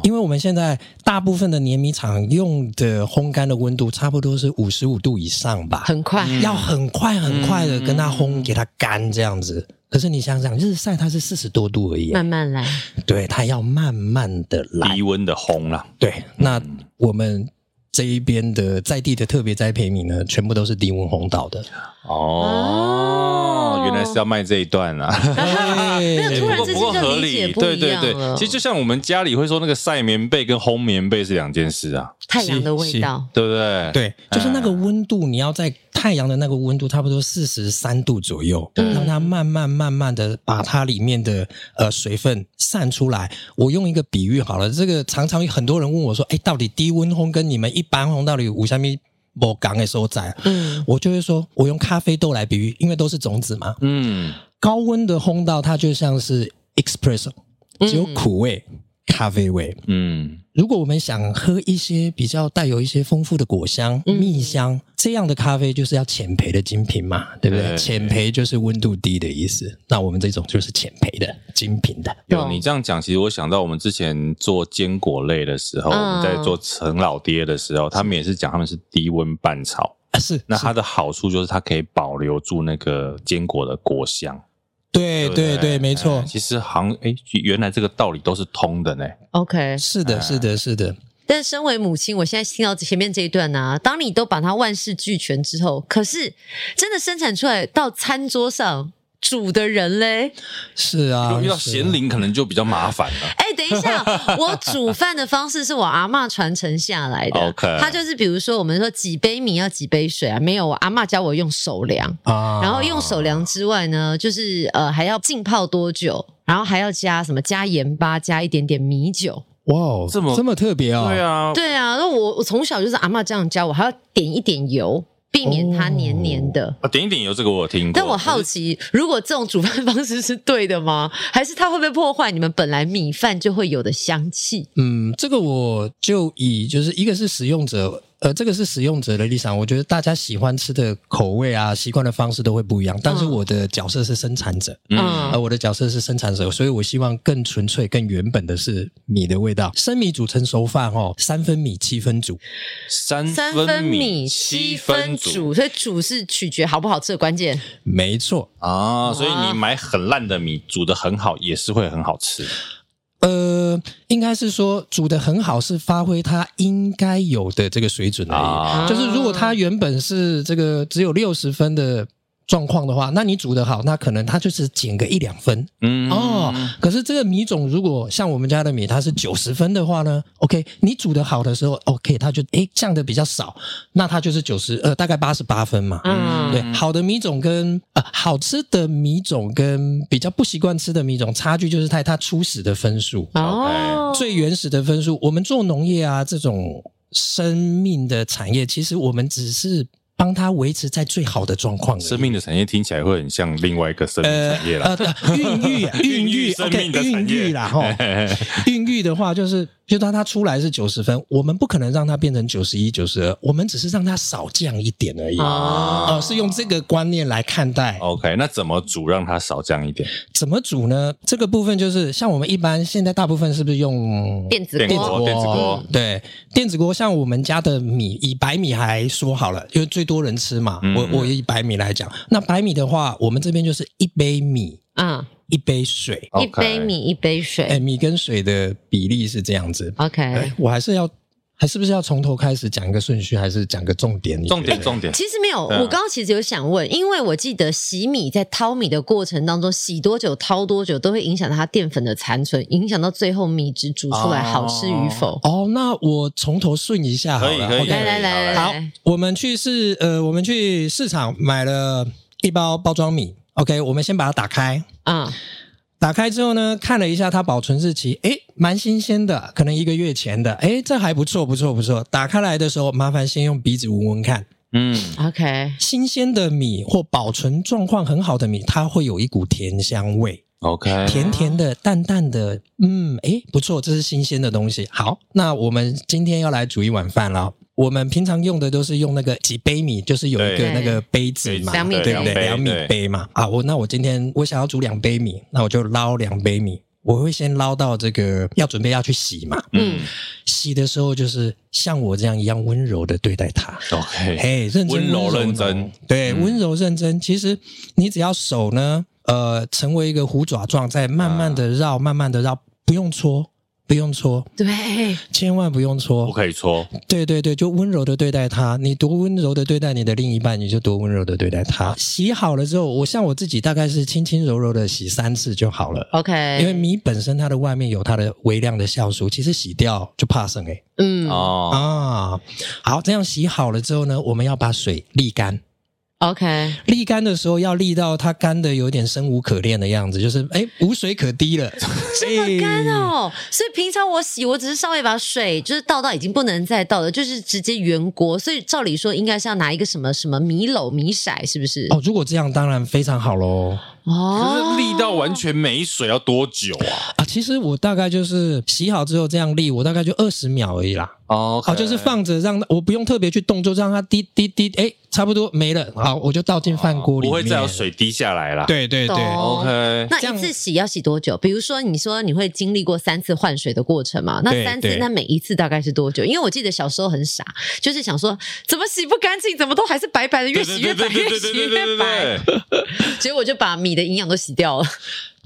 啊，因为我们现在大部分的碾米厂用的烘干的温度差不多是五十五度以上吧，
很快，
嗯
要很快很快的跟它烘，
嗯
给它干这样子。可是你想想，日晒它是四十多度而已，
慢慢来，
对，它要慢慢的来
嗯
低。温的烘啦，
对，那我们这一边的在地的特别栽培米呢，全部都是低温烘稻的。
哦
哦，
原来是要卖这一段啊。
哎
*laughs* 没有突然
不
之
不过
间就
合
理解
理，
不
对
一
对
样
对，
了。
其实就像我们家里会说那个晒棉被跟烘棉被是两件事啊，
太阳的味道，
对不对？
对，就是那个温度，你要在太阳的那个温度差不多四十三度左右，
嗯
让它慢慢慢慢的把它里面的呃水分散出来。我用一个比喻好了，这个常常有很多人问我说，哎，到底低温烘跟你们一般烘到底有什么不港的所在？啊
嗯，
我就会说，我用咖啡豆来比喻，因为都是种子嘛。
嗯，
高温的烘到它就像是 espresso，只有苦味、咖啡味。
嗯
如果我们想喝一些比较带有一些丰富的果香、
嗯
蜜香这样的咖啡，就是要浅焙的精品嘛，对不对？
对
浅焙就是温度低的意思，那我们这种就是浅焙的精品的。
有
懂
你这样讲，其实我想到我们之前做坚果类的时候，
嗯
我们在做陈老爹的时候，他们也是讲他们是低温拌炒，
啊、是，
那
是
它的好处就是它可以保留住那个坚果的果香。
对
不
对对，没错
哎，其实好像哎，原来这个道理都是通的呢。哎
OK，
是的，是的，是的，
但身为母亲，我现在听到前面这一段呢、当你都把它万事俱全之后，可是真的生产出来到餐桌上煮的人嘞，
是啊，
遇到
是
咸柠可能就比较麻烦了。
哎，等一下，我煮饭的方式是我阿嬷传承下来的。
OK
她就是比如说，我们说几杯米要几杯水啊？没有，我阿嬷教我用手量，
啊，
然后用手量之外呢，就是呃还要浸泡多久，然后还要加什么加盐巴，加一点点米酒。
哇哦，
这么
这么特别哦，
对啊，
对啊，那我我从小就是阿嬷这样教我，还要点一点油，避免它黏黏的。
啊，点一点油这个我有听过。
但哦我好
可是
奇，如果这种煮饭方式是对的吗？还是它会不会破坏你们本来米饭就会有的香气？
嗯，这个我就以就是一个是使用者，呃，这个是使用者的立场，我觉得大家喜欢吃的口味啊、习惯的方式都会不一样。但是
嗯
我的角色是生产者，
嗯
而我的角色是生产者，所以我希望更纯粹、更原本的是米的味道。生米煮成熟饭哦，三分米七分煮，
三
三分米
米
七
分
分煮，所以煮是取决好不好吃的关键。
没错。
啊，所以你买很烂的米煮的很好，也是会很好吃。
呃，应该是说煮的很好，是发挥它应该有的这个水准而已。
啊
就是如果它原本是这个只有六十分的状况的话，那你煮的好，那可能它就是减个一两分
嗯
哦。可是这个米种如果像我们家的米，它是九十分的话呢，OK，你煮的好的时候，OK，它就诶降的比较少，那它就是九十呃大概八十八分嘛。
嗯，
对，好的米种跟呃好吃的米种跟比较不习惯吃的米种差距就是在它初始的分数。
哦，
最原始的分数，我们做农业啊这种生命的产业，其实我们只是帮它维持在最好的状况而已。
生命的产业听起来会很像另外一个生命
呃
产业啦。
呃，对孕
*laughs*
育啊孕
孕
育
育
o
生
k
命的
孕
产业
育啦
*laughs*
哈，孕育的话就是，就当它出来是九十分，我们不可能让它变成九十一、九十二，我们只是让它少降一点而已。
哦
呃，是用这个观念来看待
OK，那怎么煮让它少降一点？
怎么煮呢？这个部分就是像我们一般现在大部分是不是用
电子
电
锅
锅电子锅
对，电子锅像我们家的米，以白米还说好了，因为最多人吃嘛。
嗯
我我以白米来讲，那白米的话，我们这边就是一杯米
嗯，
一杯水，
一
OK
杯米一杯
哎，
水。
米跟水的比例是这样子。哎
OK，，
我还是要，还是不是要从头开始讲一个顺序，还是讲个重点？你觉
重
得
点重点，
其实没有，
对啊
我刚刚其实有想问，因为我记得洗米在淘米的过程当中，洗多久、淘多久都会影响到它淀粉的残存，影响到最后米汁煮出来
哦
好吃与否。
哦，那我从头顺一下好
可以
了。
可以，
OK
来来来来
好，我们去市呃，我们去市场买了一包包装米。OK，我们先把它打开。
嗯
打开之后呢，看了一下它保存日期，诶，蛮新鲜的，可能一个月前的，诶，这还不错，不错，不错。打开来的时候，麻烦先用鼻子闻闻看，
嗯，
，OK，
新鲜的米或保存状况很好的米，它会有一股甜香味，
OK，
甜甜的、淡淡的，嗯，诶，不错，这是新鲜的东西。好，那我们今天要来煮一碗饭了。我们平常用的都是用那个几杯米，就是有一个
对
那个杯子嘛，
对两米
对不对？
杯
两米
对
杯嘛。啊，我那我今天我想要煮两杯米，那我就捞两杯米。我会先捞到这个要准备要去洗嘛，
嗯，
洗的时候就是像我这样一样温柔的对待它。
OK，
嘿，认真
温柔
地
认真，
哦对，
嗯
温柔认真。其实你只要手呢，呃，成为一个虎爪状，再慢慢
啊
的绕，慢慢的绕，不用搓，不用搓，
对，
千万不用
不
搓。
可以搓，
对对对，就温柔的对待它。你多温柔的对待你的另一半，你就多温柔的对待他。洗好了之后，我像我自己大概是轻轻柔柔的洗三次就好了。
OK，
哎
因为米本身它的外面有它的微量的酵素，其实洗掉就怕剩哎、
嗯
哦，
啊。好，这样洗好了之后呢，我们要把水沥干。
，OK，
沥干的时候要沥到它干的有点生无可恋的样子，就是哎无水可滴了，这
这么干。哦，所以平常我洗，我只是稍微把水就是倒到已经不能再倒了，就是直接原锅。所以照理说应该是要拿一个什么什么米篓、米骰，是不是？
哦，如果这样当然非常好喽
可
哦
是力道完全没水要多久啊？
啊！其实我大概就是洗好之后这样沥，我大概就二十秒而已啦。
哦
好，就是放着让它我不用特别去动，就让它滴滴滴，哎，差不多没了。好，我就倒进饭锅里
哦不
面，
会再有。水滴下来啦。
对对对，
懂
OK，
那
这样
一次洗要洗多久？比如说，你说你会经历过三次换水的过程嘛？那
对
三次
对，
那每一次大概是多久？因为我记得小时候很傻，就是想说怎么洗不干净，怎么都还是白白的，越洗越白，越洗越白。
对，
结果就把米的营养都洗掉了，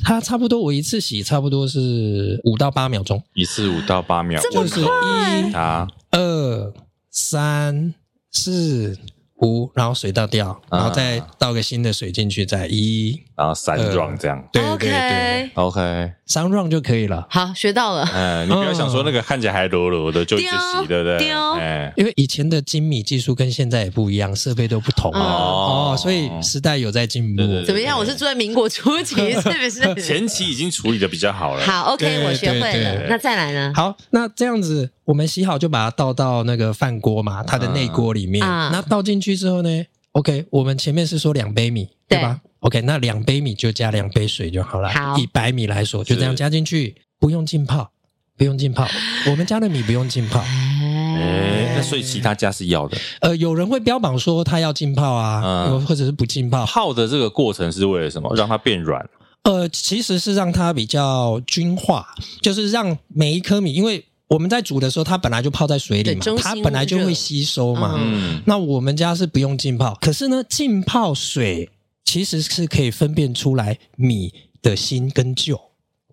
它差不多我一次洗差不多是五到八秒钟，
一次五到八秒，
就是一
啊，
二三四五，然后水倒掉，
啊
然后再倒个新的水进去，再一，
然后三
呃
round 这样
对对对，
OK，
，OK，
三 round 就可以了。
好，学到了。
嗯，你不要想说那个看起来还柔柔的就一
嗯
直
丢
洗，对不对？
丢
哎，
因为以前的精米技术跟现在也不一样，设备都不同嘛，
哦
哦，所以时代有在进步。
对对对
怎么样？我是住在民国初
*laughs*
期，是不是？
前期已经处理的比较好了，
好
对
，OK，我学会
对
了
对。
那再来呢？
好，那这样子，我们洗好就把它倒到那个饭锅嘛，它的内锅里面。
嗯
那倒进去之后呢？OK，我们前面是说两杯米，对
对
吧？OK，那两杯米就加两杯水就好了。
好
以百米来说，就这样
*laughs*
是
加进去，不用浸泡，不用浸泡。我们家的米不用浸泡。
哎，那所以其他家是要的。
呃，有人会标榜说他要浸泡啊，
嗯
或者是不浸泡。
泡的这个过程是为了什么？让它变软。
呃，其实是让它比较均化，就是让每一颗米，因为我们在煮的时候，它本来就泡在水里
对
嘛
中，心
它本来就
热
会吸收嘛。
嗯
嗯，
那我们家是不用浸泡，可是呢，浸泡水其实是可以分辨出来米的新跟旧。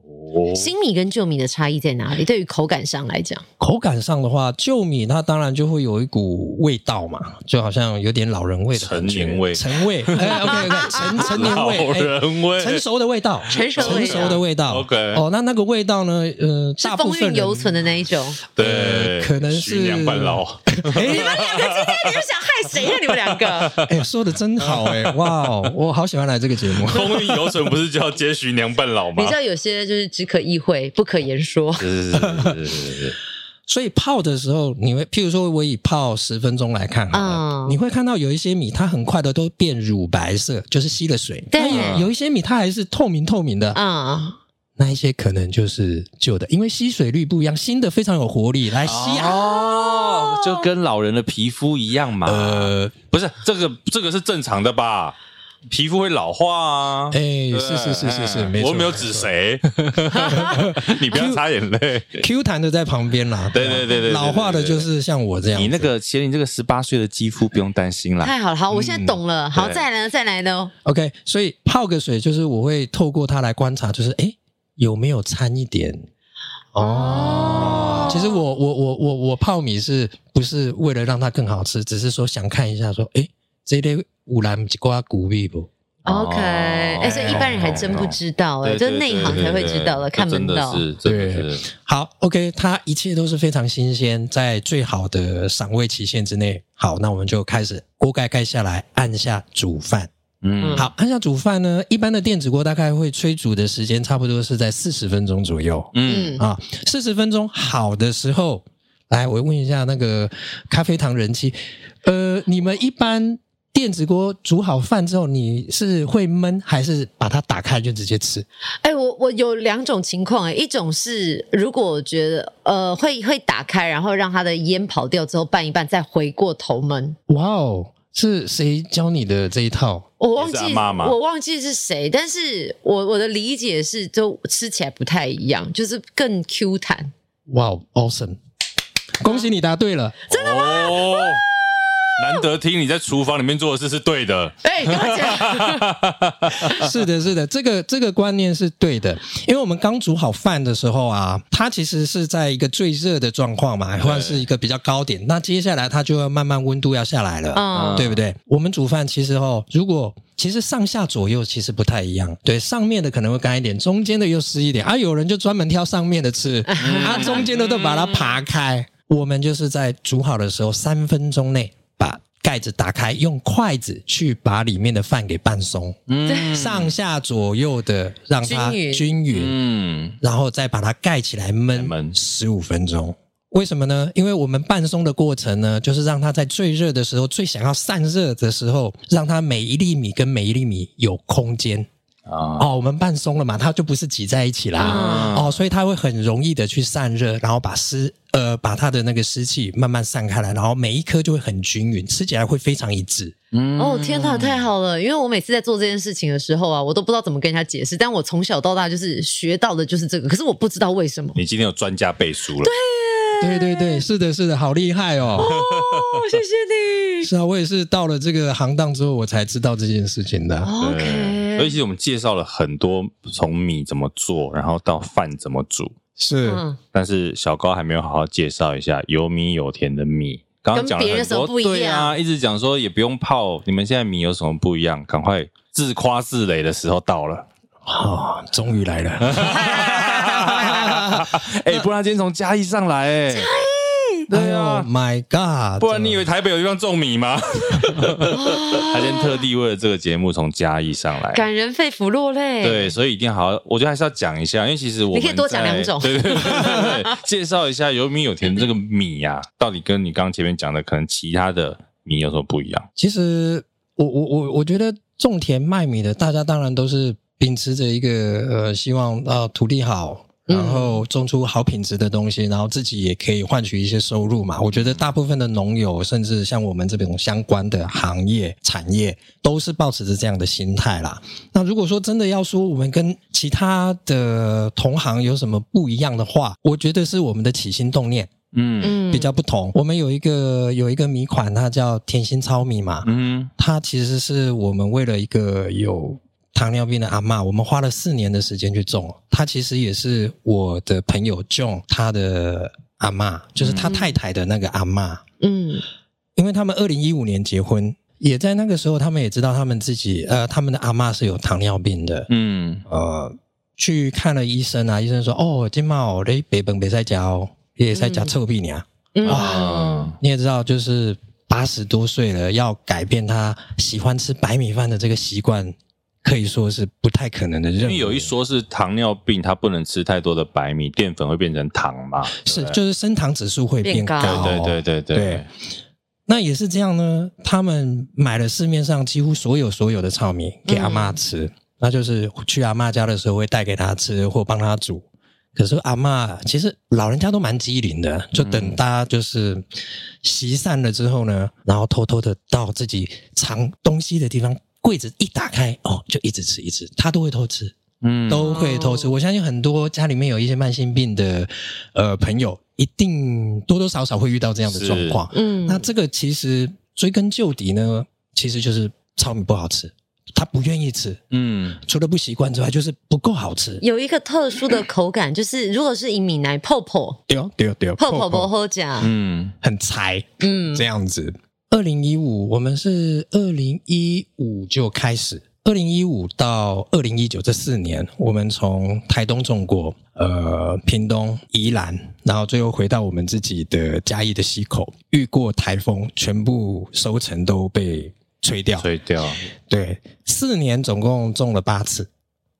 哦，
新米跟旧米的差异在哪里？对于口感上来讲，
口感上的话，旧米它当然就会有一股味道嘛，就好像有点老人味的感觉
陈年味
陈味，哎，OK OK，陈
*laughs*
陈年味，
老
哎
人味，
成熟的味道，
成熟的味道
的味道。
OK
哦，那那个味道呢？呃，
是
大部
风
分
韵
人
犹存的那一种。
对，
呃
可能
徐
是
娘半
*laughs*
老。
*laughs*
你们两个今天你们想害谁呀？你们两
*laughs*
个
哎，说的真好哎，哇哦，我好喜欢来这个节目。
风韵犹存不是就要接徐娘半老吗
比？较有些就是只可意会不可言
*laughs*
说。
是是是是是是，
*laughs*
所以泡的时候，你会，譬如说我以泡十分钟来看好了，
嗯
你会看到有一些米它很快的都变乳白色，就是吸了水。
对
但有一些米它还是透明透明的，
啊
嗯，
那一些可能就是旧的，因为吸水率不一样，新的非常有活力，来吸啊。
哦，就跟老人的皮肤一样嘛。
呃，
不是这个，这个是正常的吧？皮肤会老化啊。
哎
对
是是是是是
哎
没错
我没有指谁， *laughs* 你不要擦眼泪。
*laughs* Q 弹的在旁边啦，
对
吧
对对对对对
老化的就是像我这样子，
你那个，其实你这个十八岁的肌肤不用担心啦。
太好了，好，我现在懂了。好，
嗯对
再来呢，再来呢。
OK，所以泡个水就是我会透过它来观察，就是诶有没有掺一点。
哦
其实我我我我我泡米是不是为了让它更好吃？只是说想看一下说，诶这类五兰瓜谷味不？
OK，哎、
哦
所以一般人还真不知道、哎、
对
就
对
是内行才会知道了，
对
看
对
门
对
道。
真的是，真的是。
好，OK，它一切都是非常新鲜，在最好的赏味期限之内。好，那我们就开始锅盖盖下来，按下煮饭。
嗯，
好，按下煮饭呢，一般的电子锅大概会炊煮的时间差不多是在四十分钟左右。
嗯，
嗯，
啊，四十分钟好的时候，来，我问一下那个咖啡糖人妻，呃，你们一般电子锅煮好饭之后，你是会焖还是把它打开就直接吃？
哎、我我有两种情况、哎，一种是如果我觉得呃会会打开，然后让它的烟跑掉之后拌一拌，再回过头焖。
哇哦，是谁教你的这一套？
我忘
也
记
是阿嬷吗
我忘记是谁，但是我我的理解是，就吃起来不太一样，就是更 Q 弹。
哇、哦 a w e s o m e 恭喜你答对了，
真的吗？哦难得听你在厨房里面做的事是对的。
哎、跟我讲，
*laughs* 是的，是的，这个这个观念是对的，因为我们刚煮好饭的时候啊，它其实是在一个最热的状况嘛，或者是一个比较高点，那接下来它就要慢慢温度要下来了，
*laughs* 嗯，
对不对？我们煮饭其实哦，如果其实上下左右其实不太一样，对，上面的可能会干一点，中间的又湿一点，啊，有人就专门挑上面的吃，啊，中间的都把它扒开。我们就是在煮好的时候，三分钟内把盖子打开，用筷子去把里面的饭给拌松，
嗯
上下左右的让它
均匀
均匀，
嗯，
然后再把它盖起来
再
焖
焖
十五分钟。为什么呢？因为我们拌松的过程呢，就是让它在最热的时候、最想要散热的时候，让它每一粒米跟每一粒米有空间。
啊，
哦，我们拌松了嘛，它就不是挤在一起啦。
嗯
哦，所以它会很容易的去散热，然后把湿呃把它的那个湿气慢慢散开来，然后每一颗就会很均匀，吃起来会非常一致。
嗯
哦，天哪，太好了！因为我每次在做这件事情的时候啊，我都不知道怎么跟人家解释，但我从小到大就是学到的就是这个，可是我不知道为什么。
你今天有专家背书
啊
了。
对对
哎
对，是的，是的，好厉害 *laughs* 哦！
哦，谢谢
是啊，我也是到了这个行当之后，我才知道这件事情的。
你。
*laughs* 对，而
OK，
且我们介绍了很多从米怎么做，然后到饭怎么煮，
是，
嗯，
但是小高还没有好好介绍一下有米有甜的米。刚刚讲了
跟别人
很
有什么
多，
不一样
对啊，一直讲说也不用泡，你们现在米有什么不一样？赶快自夸自擂的时候
*laughs*
到了。 *laughs*
哦，终于来了。
哎、不然他今天从嘉义上来、哎，嘉义， *laughs* 对啊，
oh、，My God！
不然你以为台北有地方种米吗？ *laughs* 他今天特地为了这个节目从嘉义上来，
感人肺腑落泪。
对，，所以一定好好，我觉得还是要讲一下，因为其实我们
你可以多讲
在
两种
对对对
*laughs*
对对，介绍一下有米有甜这个米呀、到底跟你刚刚前面讲的可能其他的米有什么不一样？
其实我我我我觉得种田卖米的，大家当然都是秉持着一个呃，希望啊、呃土地好，然后种出好品质的东西，然后自己也可以换取一些收入嘛。我觉得大部分的农友，甚至像我们这种相关的行业产业，都是抱持着这样的心态啦。那如果说真的要说我们跟其他的同行有什么不一样的话，我觉得是我们的起心动念
嗯
嗯
比较不同。我们有一个有一个米款，它叫甜心糙米嘛，
嗯
它其实是我们为了一个有糖尿病的阿嬷，我们花了四年的时间去种。它其实也是我的朋友 John 他的阿嬷，就是他太太的那个阿嬷，
嗯
因为他们二零一五年结婚，也在那个时候，他们也知道他们自己呃他们的阿嬷是有糖尿病的，
嗯
呃，去看了医生啊，医生说哦，金茂你别本别在家哦，也在家臭屁你啊。
嗯
啊
你也知道，就是八十多岁了，要改变他喜欢吃白米饭的这个习惯，可以说是不太可能的任务。
因为有一说是糖尿病，它不能吃太多的白米，淀粉会变成糖嘛。
是，就是升糖指数会变
变高
高。
对对对哦对
对那也是这样呢。他们买了市面上几乎所有所有的糙米
嗯
给阿妈吃，那就是去阿妈家的时候会带给她吃或帮她煮。可是阿妈其实老人家都蛮机灵
嗯
的，就等大家就是习散了之后呢，然后偷偷的到自己藏东西的地方柜子一打开，哦，就一直吃一直吃，她都会偷吃。
嗯
都会偷吃。我相信很多家里面有一些慢性病的呃朋友，一定多多少少会遇到这样的状况。
嗯
那这个其实追根究底呢，其实就是糙米不好吃，他不愿意吃，
嗯
除了不习惯之外，就是不够好吃。
有一个特殊的口感，就是如果是以米奶泡泡
对哦，对哦，对哦，
泡泡不
泡
好讲，
嗯
很柴
嗯
这样子。二零一五，我们是二零一五就开始。二零一五到二零一九这四年，我们从台东种过，呃，屏东、宜兰，然后最后回到我们自己的嘉义的溪口，遇过台风，全部收成都被吹掉。
吹掉，
对，四年总共种了八次，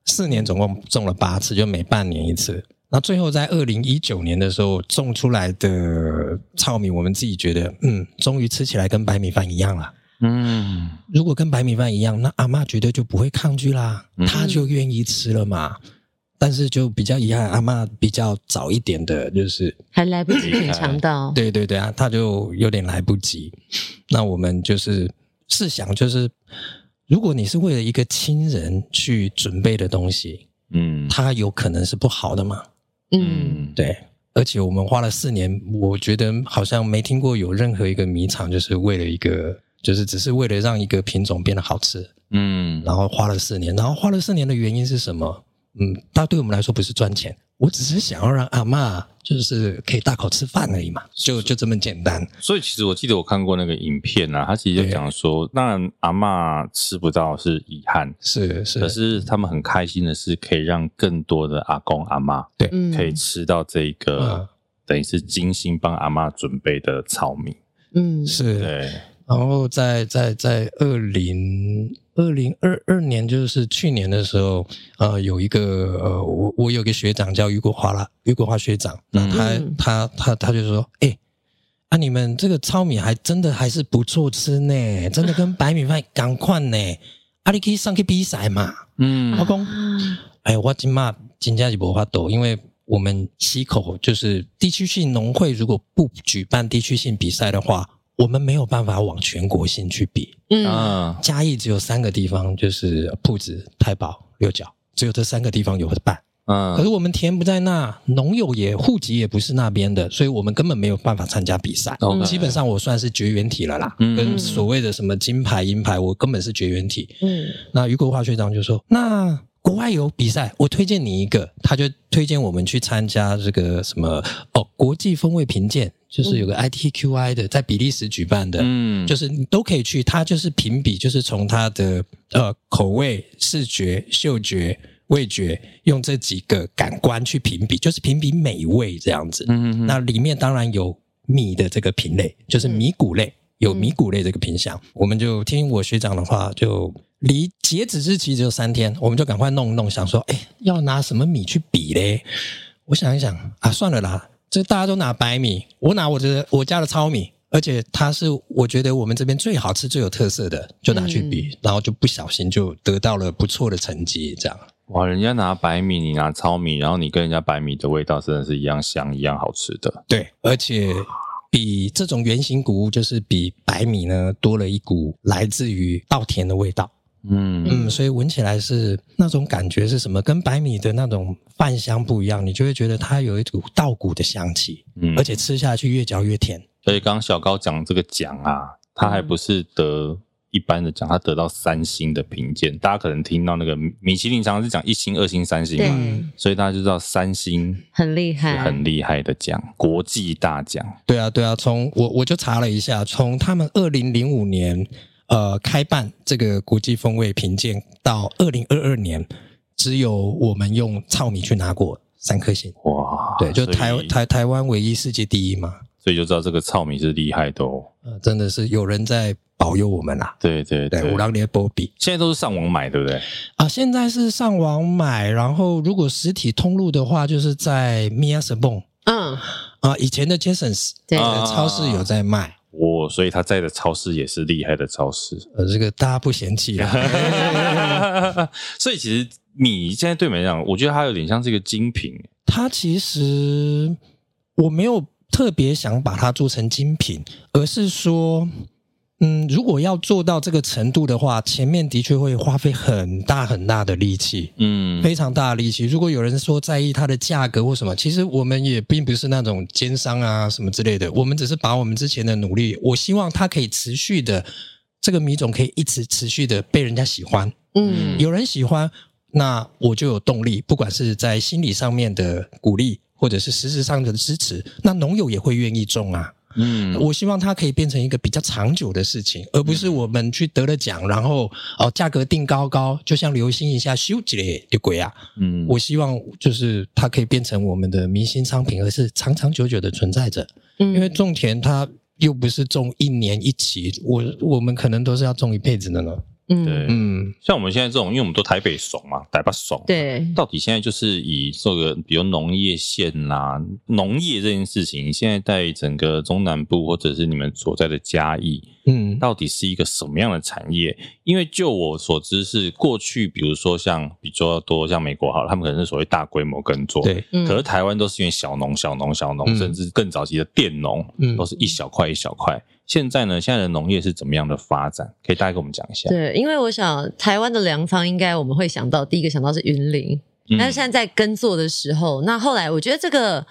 四年总共种了八次，就每半年一次。那最后在二零一九年的时候种出来的糙米，我们自己觉得，嗯，终于吃起来跟白米饭一样了。
嗯
如果跟白米饭一样，那阿妈绝对就不会抗拒啦，
嗯
她就愿意吃了嘛。但是就比较遗憾，阿妈比较早一点的，就是
还来不及品尝到，
对对对啊，他就有点来不及。那我们就是试想，就是如果你是为了一个亲人去准备的东西，
嗯
它有可能是不好的嘛？
嗯
嗯，
对，而且我们花了四年，我觉得好像没听过有任何一个米厂就是为了一个。就是只是为了让一个品种变得好吃，
嗯
然后花了四年，然后花了四年的原因是什么？嗯，它对我们来说不是赚钱，我只是想要让阿嬷就是可以大口吃饭而已嘛，就就这么简单。
所以其实我记得我看过那个影片啊，他其实就讲说，当然阿嬷吃不到是遗憾，
是是，
可是他们很开心的是，可以让更多的阿公阿嬷
嗯，
可以吃到这
嗯
个，等于是精心帮阿嬷准备的糙米。
嗯
是，
对，
然后在在在二零二零二二年，就是去年的时候，呃，有一个呃，我我有个学长叫于国华啦，于国华学长，那
嗯
他、
嗯
他他他就说，哎、啊，你们这个糙米还真的还是不错吃呢，真的跟白米饭赶快呢，啊，你可以上去比赛嘛，
嗯
我讲。哎，我今嘛真正是无法度，因为我们溪口就是地区性农会，如果不举办地区性比赛的话，我们没有办法往全国性去比。
嗯
啊，
嘉义只有三个地方，就是铺子、太保、六角，只有这三个地方有办。可
嗯
是，我们田不在那，农友也户籍也不是那边的，所以我们根本没有办法参加比赛。
OK
基本上我算是绝缘体了啦，
哦嗯
跟所谓的什么金牌、银牌，我根本是绝缘体。
嗯
那于国华学长就说：“那国外有比赛，我推荐你一个。”他就推荐我们去参加这个什么哦，国际风味评鉴，就是有个 ITQI 的，在比利时举办的，
嗯，
就是你都可以去。它就是评比，就是从它的呃口味、视觉、嗅觉、味觉，用这几个感官去评比，就是评比美味这样子。
嗯嗯
那里面当然有米的这个品类，就是米谷类，有米谷类这个品相。我们就听我学长的话，就离截止日期只有三天，我们就赶快弄一弄，想说，哎，要拿什么米去比嘞？我想一想啊，算了啦，这大家都拿白米，我拿我的我家的糙米。而且它是我觉得我们这边最好吃、最有特色的，就拿去比，然后就不小心就得到了不错的成绩，这样。
哇，人家拿白米，你拿糙米，然后你跟人家白米的味道真的是一样香，一样好吃的。
对，而且比这种圆形谷物，就是比白米呢多了一股来自于稻田的味道。
嗯，
嗯，所以闻起来是那种感觉是什么？跟白米的那种饭香不一样，你就会觉得它有一股稻谷的香气，
嗯
而且吃下去越嚼越甜。
所以刚刚小高讲这个奖啊，他
嗯
还不是得一般的奖，他得到三星的评鉴。大家可能听到那个米其林常常是讲一星、二星、三星
对
嘛，所以大家就知道三星
很厉
是
害，
很厉害的奖，国际大奖。
对啊，对啊，从我我就查了一下，从他们二零零五年呃开办这个国际风味评鉴到二零二二年，只有我们用糙米去拿过三颗星。
哇，
对，就台
啊所以
台台湾唯一世界第一嘛，
所以就知道这个糙米是厉害的哦。
呃，真的是有人在保佑我们啦、
对对
对，五郎连波比
现在都是上网买，对不对？
啊，现在是上网买，然后如果实体通路的话，就是在 Mia s a b o n
嗯，
啊，以前的 Jasons
对
啊
的超市有在卖，
我、所以他在的超市也是厉害的超市。
*laughs* 呃，这个大家不嫌弃啊啦。
*laughs* 所以其实米现在对我们来讲，我觉得它有点像是一个精品。
它其实我没有特别想把它做成精品，而是说，嗯，如果要做到这个程度的话，前面的确会花费很大很大的力气。
嗯，
非常大的力气。如果有人说在意它的价格或什么，其实我们也并不是那种奸商啊什么之类的，我们只是把我们之前的努力，我希望它可以持续的，这个米种可以一直持续的被人家喜欢，
嗯
有人喜欢，那我就有动力，不管是在心理上面的鼓励。或者是实质上的支持，那农友也会愿意种啊。
嗯，
我希望它可以变成一个比较长久的事情，而不是我们去得了奖，然后哦价格定高高，就像流行一下修几嘞的鬼啊。
嗯
我希望就是它可以变成我们的明星商品，而是长长久久的存在着。
嗯
因为种田它又不是种一年一期，我我们可能都是要种一辈子的呢。
对
嗯，
嗯，
像我们现在这种，因为我们都台北怂嘛，台北怂。。
对，
到底现在就是以这个，比如农业县啦、农业这件事情，现在在整个中南部或者是你们所在的嘉义，
嗯，
到底是一个什么样的产业？因为就我所知是过去，比如说像比较多像美国好了，他们可能是所谓大规模耕作，
对，
嗯
可是台湾都是因为小农、小农、小农，
嗯
甚至更早期的佃农，
嗯
都是一小块一小块。现在呢，现在的农业是怎么样的发展？可以大概跟我们讲一下。
对，因为我想台湾的粮仓应该我们会想到第一个想到是云林，
嗯
但是现在在耕作的时候，那后来我觉得这个。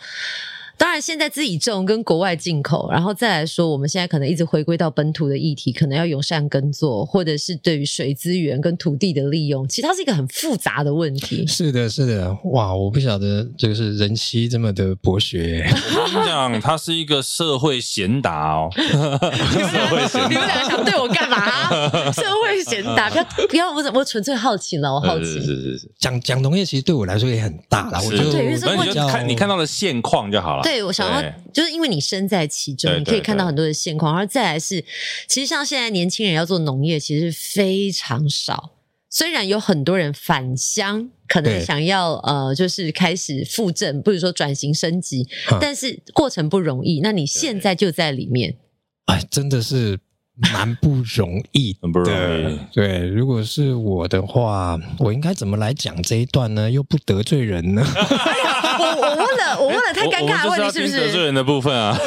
当然，现在自己种跟国外进口，然后再来说，我们现在可能一直回归到本土的议题，可能要友善耕作，或者是对于水资源跟土地的利用，其实它是一个很复杂的问题。
是的，是的，哇，我不晓得就是人妻这么的博学，
我跟你讲，它是一个社会贤达
*laughs*
哦，社会
*laughs*
贤
你们
达，
俩想对我干嘛、啊 *laughs* 社会
*laughs*
贤达，不要不要，我怎我纯粹好奇了，我好
是
奇。
是是是。
讲讲农业其实对我来说也很大啦。我
是
就
对因为这
那
问
你
题
就看你看到的现况就好了。
对，我想要
对
就是因为你身在其中，
对
你可以
对
看到
对
很多的现况，然后再来是，其实像现在年轻人要做农业，其实非常少。虽然有很多人返乡，可能
对
想要呃，就是开始复振，不如说转型升级
嗯，
但是过程不容易。那你现在就在里面，
哎，真的是蛮不容易的
很不容易。
对，如果是我的话，我应该怎么来讲这一段呢？又不得罪人呢？
我我问了，我问了太
*laughs* 我
尴尬的
我们
问
就
题，是不
要听得罪
是？
人的部
*laughs*
分啊？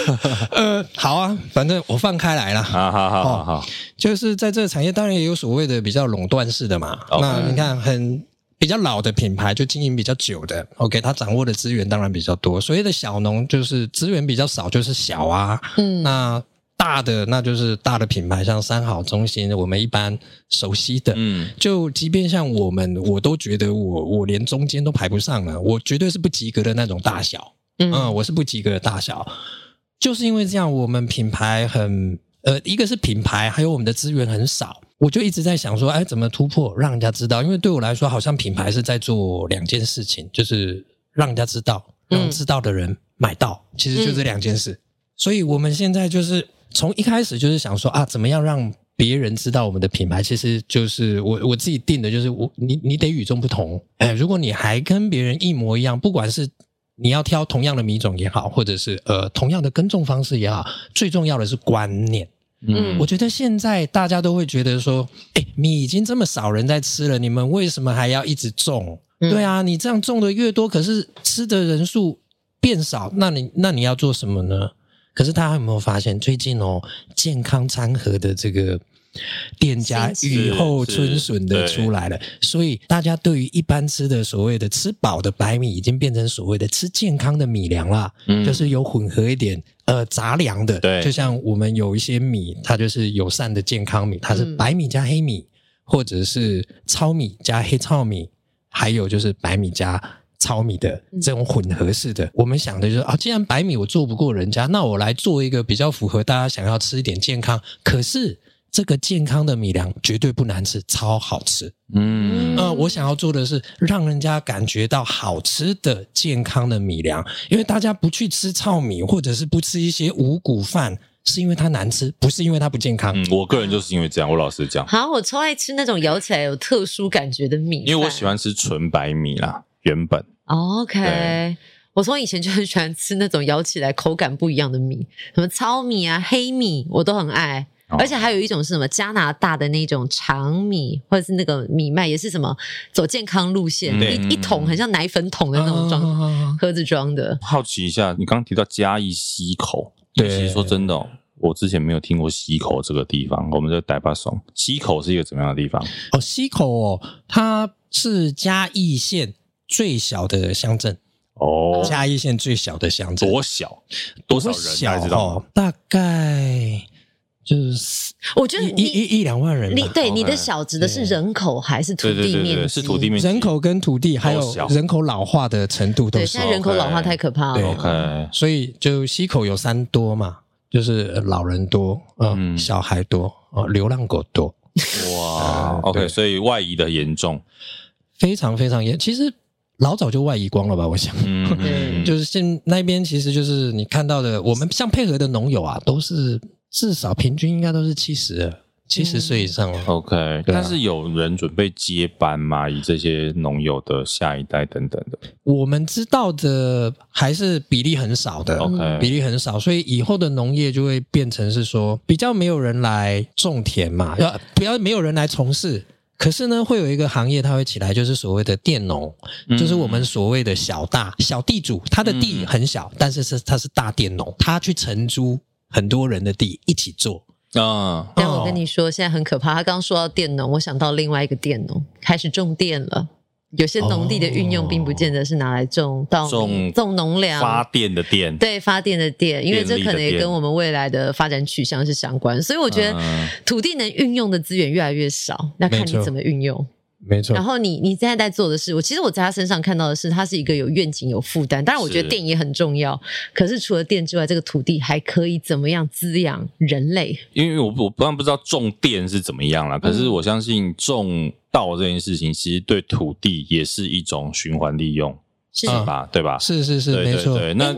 呃，好啊，反正我放开来啦。
好好好好
哦
好，
就是在这个产业，当然也有所谓的比较垄断式的嘛。
OK
那你看很。比较老的品牌就经营比较久的，OK，他掌握的资源当然比较多。所谓的小农就是资源比较少，就是小啊。
嗯，
那大的那就是大的品牌，像三好、中心，我们一般熟悉的。
嗯，
就即便像我们，我都觉得我我连中间都排不上了，我绝对是不及格的那种大小。
嗯
嗯，我是不及格的大小，就是因为这样，我们品牌很呃，一个是品牌，还有我们的资源很少，我就一直在想说，哎，怎么突破，让人家知道？因为对我来说，好像品牌是在做两件事情，就是让人家知道，
嗯
让知道的人买到，其实就这
嗯
两件事。所以我们现在就是从一开始就是想说啊，怎么样让别人知道我们的品牌？其实就是我我自己定的，就是我你你得与众不同。哎，如果你还跟别人一模一样，不管是你要挑同样的米种也好，或者是呃同样的耕种方式也好，最重要的是观念。
嗯
我觉得现在大家都会觉得说，哎，米已经这么少人在吃了，你们为什么还要一直种？
嗯
对啊，你这样种的越多，可是吃的人数变少，那你那你要做什么呢？可是大家有没有发现，最近哦，健康餐盒的这个店家
兴
起
雨后春笋的
是是对
出来了，所以大家对于一般吃的所谓的吃饱的白米，已经变成所谓的吃健康的米粮啦。
嗯
就是有混合一点呃杂粮的，
对
就像我们有一些米，它就是友善的健康米，它是
嗯
白米加黑米，或者是糙米加黑糙米，还有就是白米加。糙米的
嗯
这种混合式的，我们想的就是啊，既然白米我做不过人家，那我来做一个比较符合大家想要吃一点健康，可是这个健康的米粮绝对不难吃，超好吃。
嗯
呃，我想要做的是让人家感觉到好吃的、健康的米粮，因为大家不去吃糙米，或者是不吃一些五谷饭，是因为它难吃，不是因为它不健康。
嗯，我个人就是因为这样，我老实讲，
好，我超爱吃那种咬起来有特殊感觉的米饭，
因为我喜欢吃纯白米啦，原本
哦 OK
对。
我从以前就很喜欢吃那种咬起来口感不一样的米，什么糙米啊、黑米，我都很爱。
哦
而且还有一种是什么加拿大的那种长米，或者是那个米麦，也是什么走健康路线，
嗯哦
一一桶很像奶粉桶的那种装、
啊
盒子装的。
好奇一下，你刚刚提到嘉义溪口，
对
其实说真的哦、我之前没有听过溪口这个地方，我们就呆巴怂。溪口是一个怎么样的地方？
哦，溪口哦，它是嘉义县最小的乡镇，
哦，
嘉义县最小的乡镇，
多小，多少人
小
才知道吗？
哦？大概就是
我觉得
一一
你
一一两万人吧。
你对
OK
你的小值的是人口还是土
哦对对
地
对对
面积？
对，是土地面积
人口跟土地还
都
有
小
人口老化的程度都
对，
是
现在人口老化
OK
太可怕
对
了。
OK，
所以就溪口有三多嘛，就是呃老人多，呃、
嗯
小孩多，啊、流浪狗多，
哇
啊 *laughs*
，OK，
对
所以外移的严重，
非常非常严。其实老早就外移光了吧？我想， *laughs*
嗯，
对
就是现那边其实就是你看到的，我们像配合的农友啊，都是至少平均应该都是七十七十岁以上了。
OK，
对啊
但是有人准备接班吗？以这些农友的下一代等等的
我们知道的还是比例很少的。
，OK，
比例很少，所以以后的农业就会变成是说比较没有人来种田嘛，要比较没有人来从事。可是呢，会有一个行业它会起来，就是所谓的佃农，
嗯
就是我们所谓的小大小地主，他的地
嗯
很小，但是是他是大佃农，他去承租很多人的地一起做。嗯
啊，
但我跟你说，现在很可怕。他刚刚说到佃农，我想到另外一个佃农开始种电了。有些农地的运用，
哦
并不见得是拿来种稻米、
啊哦种
种农粮、
发电的电，
对发电的电，因为这可能
电力的
也
电
跟我们未来的发展取向是相关。所以我觉得
嗯
土地能运用的资源越来越少，那看
没
你
错
怎么运用。
没错
然后你你现在在做的事，我其实我在他身上看到的是，他是一个有愿景、有负担。当然，我觉得
是
电也很重要，可是除了电之外，这个土地还可以怎么样滋养人类？
因为我我当然不知道种电是怎么样啦，可
嗯
是我相信种稻这件事情，其实对土地也是一种循环利用，
是
嗯
吧？对吧？
是是是，
对
没
对
错。
对，那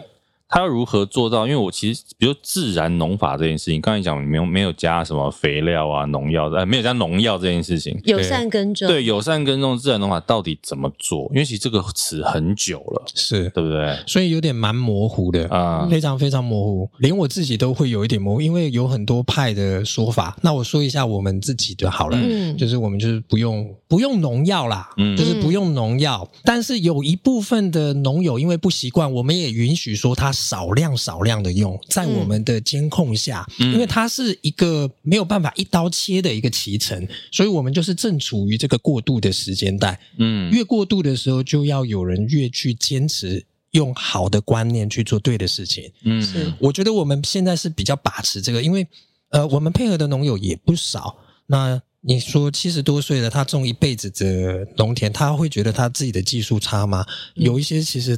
它如何做到？因为我其实，比如自然农法这件事情，刚才讲没有没有加什么肥料啊、农药，呃，没有加农药这件事情。
友善耕种，
对，友善耕种自然农法到底怎么做？因为其实这个词很久了，
是，
对不对？
所以有点蛮模糊的。
啊、
非常非常模糊，连我自己都会有一点模糊，因为有很多派的说法。那我说一下我们自己的好了，
嗯
就是我们就是不用不用农药啦，
嗯
就是不用农药。但是有一部分的农友因为不习惯，我们也允许说他少量少量的用，在我们的监控下，
嗯
因为它是一个没有办法一刀切的一个脐橙，所以我们就是正处于这个过渡的时间带。
嗯，
越过度的时候，就要有人越去坚持用好的观念去做对的事情。
嗯
是
我觉得我们现在是比较把持这个，因为呃，我们配合的农友也不少。那你说七十多岁了，他种一辈子的农田，他会觉得他自己的技术差吗？
嗯
有一些其实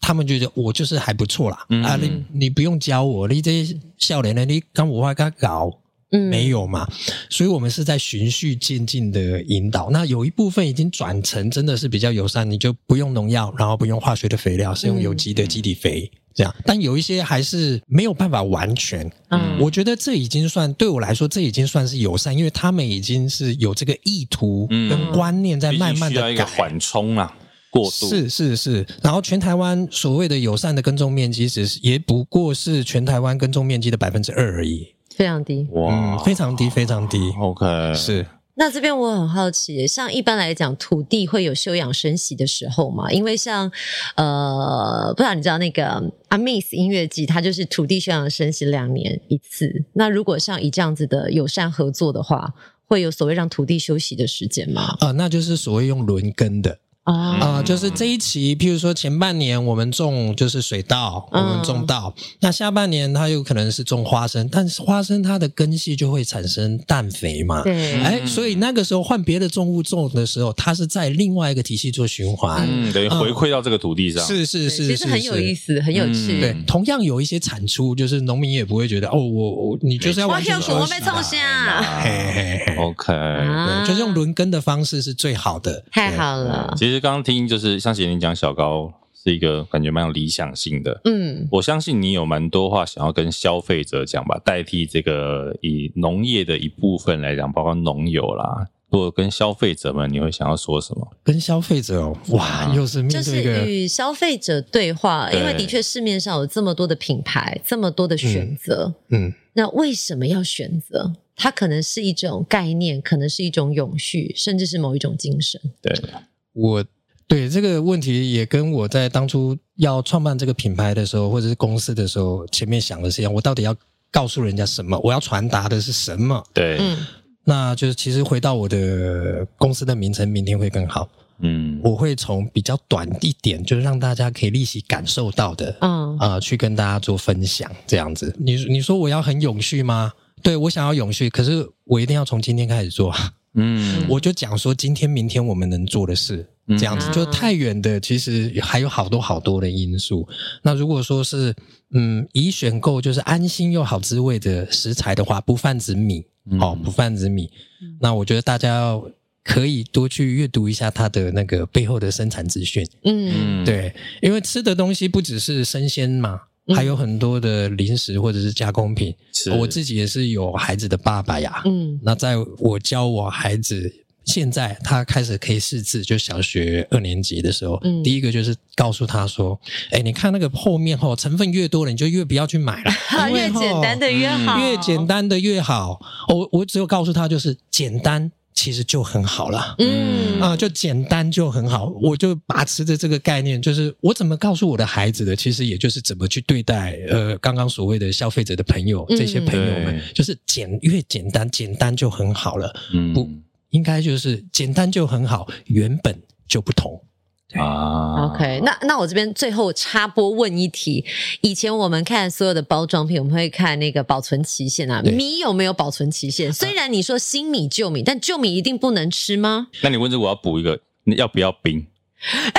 他们觉得我就是还不错啦，
嗯
啊，你你不用教我，你这些笑脸的，你刚我还刚搞。
嗯
没有嘛，所以我们是在循序渐进的引导。那有一部分已经转成真的是比较友善，你就不用农药，然后不用化学的肥料，是用有机的基底肥、
嗯
这样。但有一些还是没有办法完全。
嗯
我觉得这已经算对我来说，这已经算是友善，因为他们已经是有这个意图
嗯
跟观念在
毕
慢
竟
慢
需
的
要一
改。
个缓冲啦，过渡
是是是，然后全台湾所谓的友善的耕种面积，只是也不过是全台湾耕种面积的百分之二而已。
非常低。
嗯
哇，，哦
非常低，非常低，
OK，
是
那这边我很好奇耶，像一般来讲，土地会有休养生息的时候嘛？因为像呃，不然你知道那个阿 Miss 音乐季，它就是土地休养生息两年一次。那如果像以这样子的友善合作的话，会有所谓让土地休息的时间吗？
啊、那就是所谓用轮耕的。
啊、
啊、就是这一期，譬如说前半年我们种就是水稻，我
嗯
们种稻，那下半年它有可能是种花生，但是花生它的根系就会产生氮肥嘛。
对，
哎、所以那个时候换别的重物种的时候，它是在另外一个体系做循环。
嗯，等于回馈到这个土地上，
是是是，是
其实很有意
思。
思，很有
嗯
趣。
对，同样有一些产出，就是农民也不会觉得哦，我我你就是要
我
完
跳
全
舞，我
休
被
息
冲
啦。
下，
嘿嘿嘿，
OK。
啊
对，就是用轮耕的方式是最好的。
太
对啊
好了。
嗯其实刚刚听就是像贤玲讲，小高是一个感觉蛮有理想性的。
嗯，
我相信你有蛮多话想要跟消费者讲吧，代替这个以农业的一部分来讲，包括农友啦。如果跟消费者们，你会想要说什么？
跟消费者哦，哇，又是
就
面对
是
一个
与消费者对话，
对
因为的确市面上有这么多的品牌，这么多的选择，
嗯
那为什么要选择？它可能是一种概念，可能是一种永续，甚至是某一种精神。
对，
我对这个问题也跟我在当初要创办这个品牌的时候，或者是公司的时候，前面想的是一样，我到底要告诉人家什么？我要传达的是什么？
对，
嗯，
那就是其实回到我的公司的名称，明天会更好。
嗯，
我会从比较短一点，就是让大家可以立即感受到的
嗯，
啊、去跟大家做分享，这样子。你你说我要很永续吗？对我想要永续，可是我一定要从今天开始做。
嗯，
我就讲说，今天、明天我们能做的事，
嗯
这样子
啊
就太远的，其实还有好多好多的因素。那如果说是嗯，以选购就是安心又好滋味的食材的话，不泛指米、
嗯
哦，不泛指米。那我觉得大家要可以多去阅读一下它的那个背后的生产资讯，
嗯，
嗯，
对，因为吃的东西不只是生鲜嘛。
嗯
还有很多的零食或者是加工品，
是
我自己也是有孩子的爸爸呀，
嗯，
那在我教我孩子，现在他开始可以识字，就小学二年级的时候，
嗯，
第一个就是告诉他说：“哎，你看那个后面吼，成分越多了，你就越不要去买了因为
*laughs* 越
吼嗯
简单的越好，
越简，单的越好。我”我只有告诉他，就是简单其实就很好了。
嗯
啊、就简单就很好，我就把持着这个概念，就是我怎么告诉我的孩子的，其实也就是怎么去对待呃，刚刚所谓的消费者的朋友，这些
嗯
朋友们，
对
就是简越简单，简单就很好了。不
嗯，
应该就是简单就很好，原本就不同。
啊
OK，那那我这边最后插播问一题：以前我们看所有的包装品，我们会看那个保存期限啊，
对
米有没有保存期限？虽然你说新米旧米，但旧米一定不能吃吗？
那你问这个，我要补一个，你要不要冰？
嗯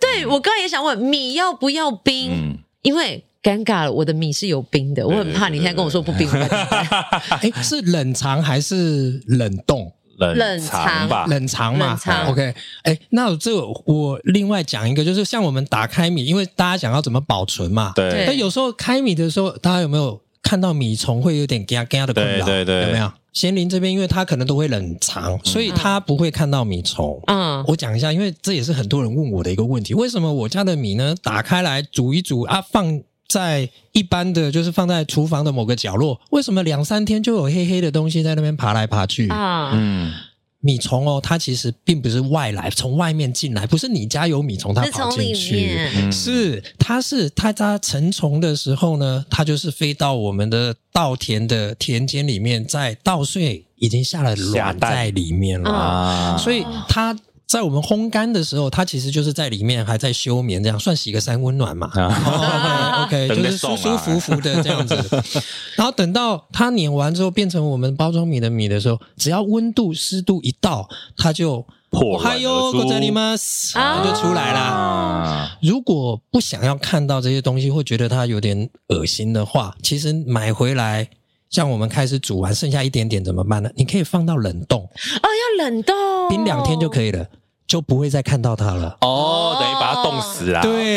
对我刚刚也想问，米要不要冰？
嗯，
因为尴尬了，我的米是有冰的，我很怕你现在跟我说不冰，我该怎么办
*laughs* 哎，是冷藏还是冷冻？
冷
冷
藏吧，
冷藏嘛
冷藏
o k 哎，那这个我另外讲一个，就是像我们打开米，因为大家讲要怎么保存嘛。。
对
对
但有时候开米的时候，大家有没有看到米虫会有点嘎嘎的困扰？
对对对
有没有？贤玲这边，因为它可能都会冷藏，所以它不会看到米虫。
嗯，
我讲一下，因为这也是很多人问我的一个问题：为什么我家的米呢，打开来煮一煮啊，放在一般的就是放在厨房的某个角落，为什么两三天就有黑黑的东西在那边爬来爬去？
啊，
嗯，
米虫哦，它其实并不是外来，从外面进来，不是你家有米虫，它
是
跑
从
进
里
去。
面，
嗯，
是，它是它在成虫的时候呢，它就是飞到我们的稻田的田间里面，在稻穗已经下了
下
卵
蛋
在里面了。
嗯
啊，
所以它在我们烘干的时候，它其实就是在里面还在休眠，这样算洗个三温暖嘛。
啊，
哦，OK，
*laughs* 等
就
得
是舒
爽
舒
啊
服服的这样子。
*laughs*
然后等到它碾完之后，变成我们包装米的米的时候，只要温度、湿度一到，它就哦
破
嗨哟，ございます，它就出来啦。
啊，
如果不想要看到这些东西，会觉得它有点恶心的话，其实买回来，像我们开始煮完剩下一点点怎么办呢？你可以放到冷冻，
哦，要冷冻，
冰两天就可以了，就不会再看到
哦
它了。
哦，等于把它冻死啦。
哦对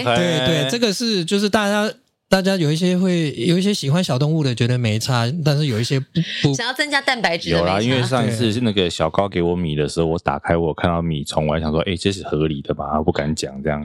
OK
对对，这个是就是大家大家有一些会有一些喜欢小动物的觉得没差，但是有一些不不
想要增加蛋白质的
有啦，
没
因为
差
上一次是那个小高给我米的时候，我打开我看到米虫，我还想说，哎、这是合理的吧？我不敢讲
*laughs*
这样。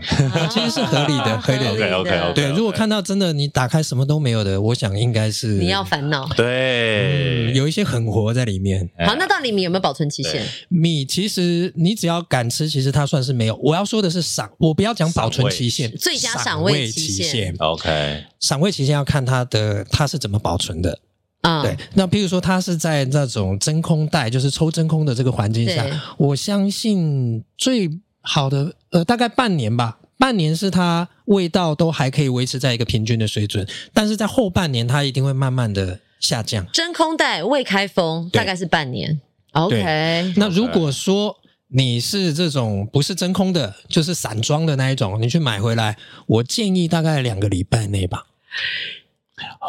其实是合理
哦
的合理的
啊
OK，OK，OK
对。如果看到真的你打开什么都没有的，我想应该是
你要哎烦恼。
对，
嗯有一些狠活在里面。
哎
好，那到底你有没有保存期限？
米其实你只要敢吃，其实它算是没有。我要说的是赏，我不要讲保存期限，
最佳
赏
赏味
期
期限
限，
OK，
赏味期限要看它的它是怎么保存的。
啊，
对，那譬如说它是在那种真空袋，就是抽真空的这个环境下
对，
我相信最好的呃大概半年吧。半年是它味道都还可以维持在一个平均的水准，但是在后半年它一定会慢慢的下降。
真空袋未开封，
对
大概是半年。OK，
那如果说你是这种不是真空的，就是散装的那一种，你去买回来，我建议大概两个礼拜内吧。
很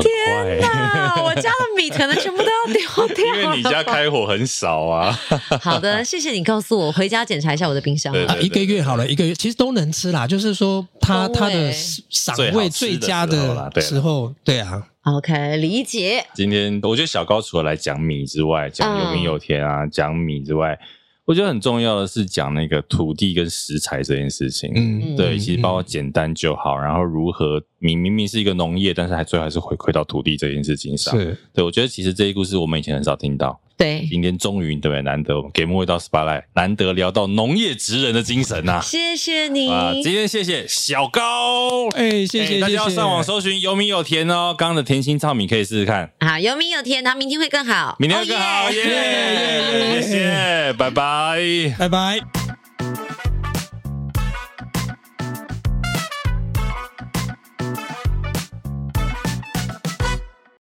快、 *laughs*
啊，我家的米可能全部都要丢掉
因
了。
为你家开火很少啊。
好的，谢谢你告诉我，回家检查一下我的冰箱啊。
对
啊，
对
一个月好了，一个月其实都能吃啦，就是说它
风味
它的赏味最佳
最好吃的时候啦对啦
时候，对啊，
OK，理解。
*laughs* 今天我觉得小高除了来讲米之外，讲有名有甜啊，讲、米之外，我觉得很重要的是讲那个土地跟食材这件事情。
嗯，
对，
嗯
其实包括简单就好，然后如何你明明是一个农业，但是还最后还是回馈到土地这件事情上。
是
对，我觉得其实这一故事我们以前很少听到，
对，
今天终于对不对？难得我们给莫一道 spotlight，难得聊到农业职人的精神呐、
谢谢你。
啊！今天谢谢小高，
哎，谢谢
哎
谢
大
谢，
家要上网搜寻有米有甜哦，刚刚的甜心糙米可以试试看，
好，有米有甜，他明天会更好，
明天
哦
更好，
耶
耶耶耶！谢谢，拜拜。
拜拜。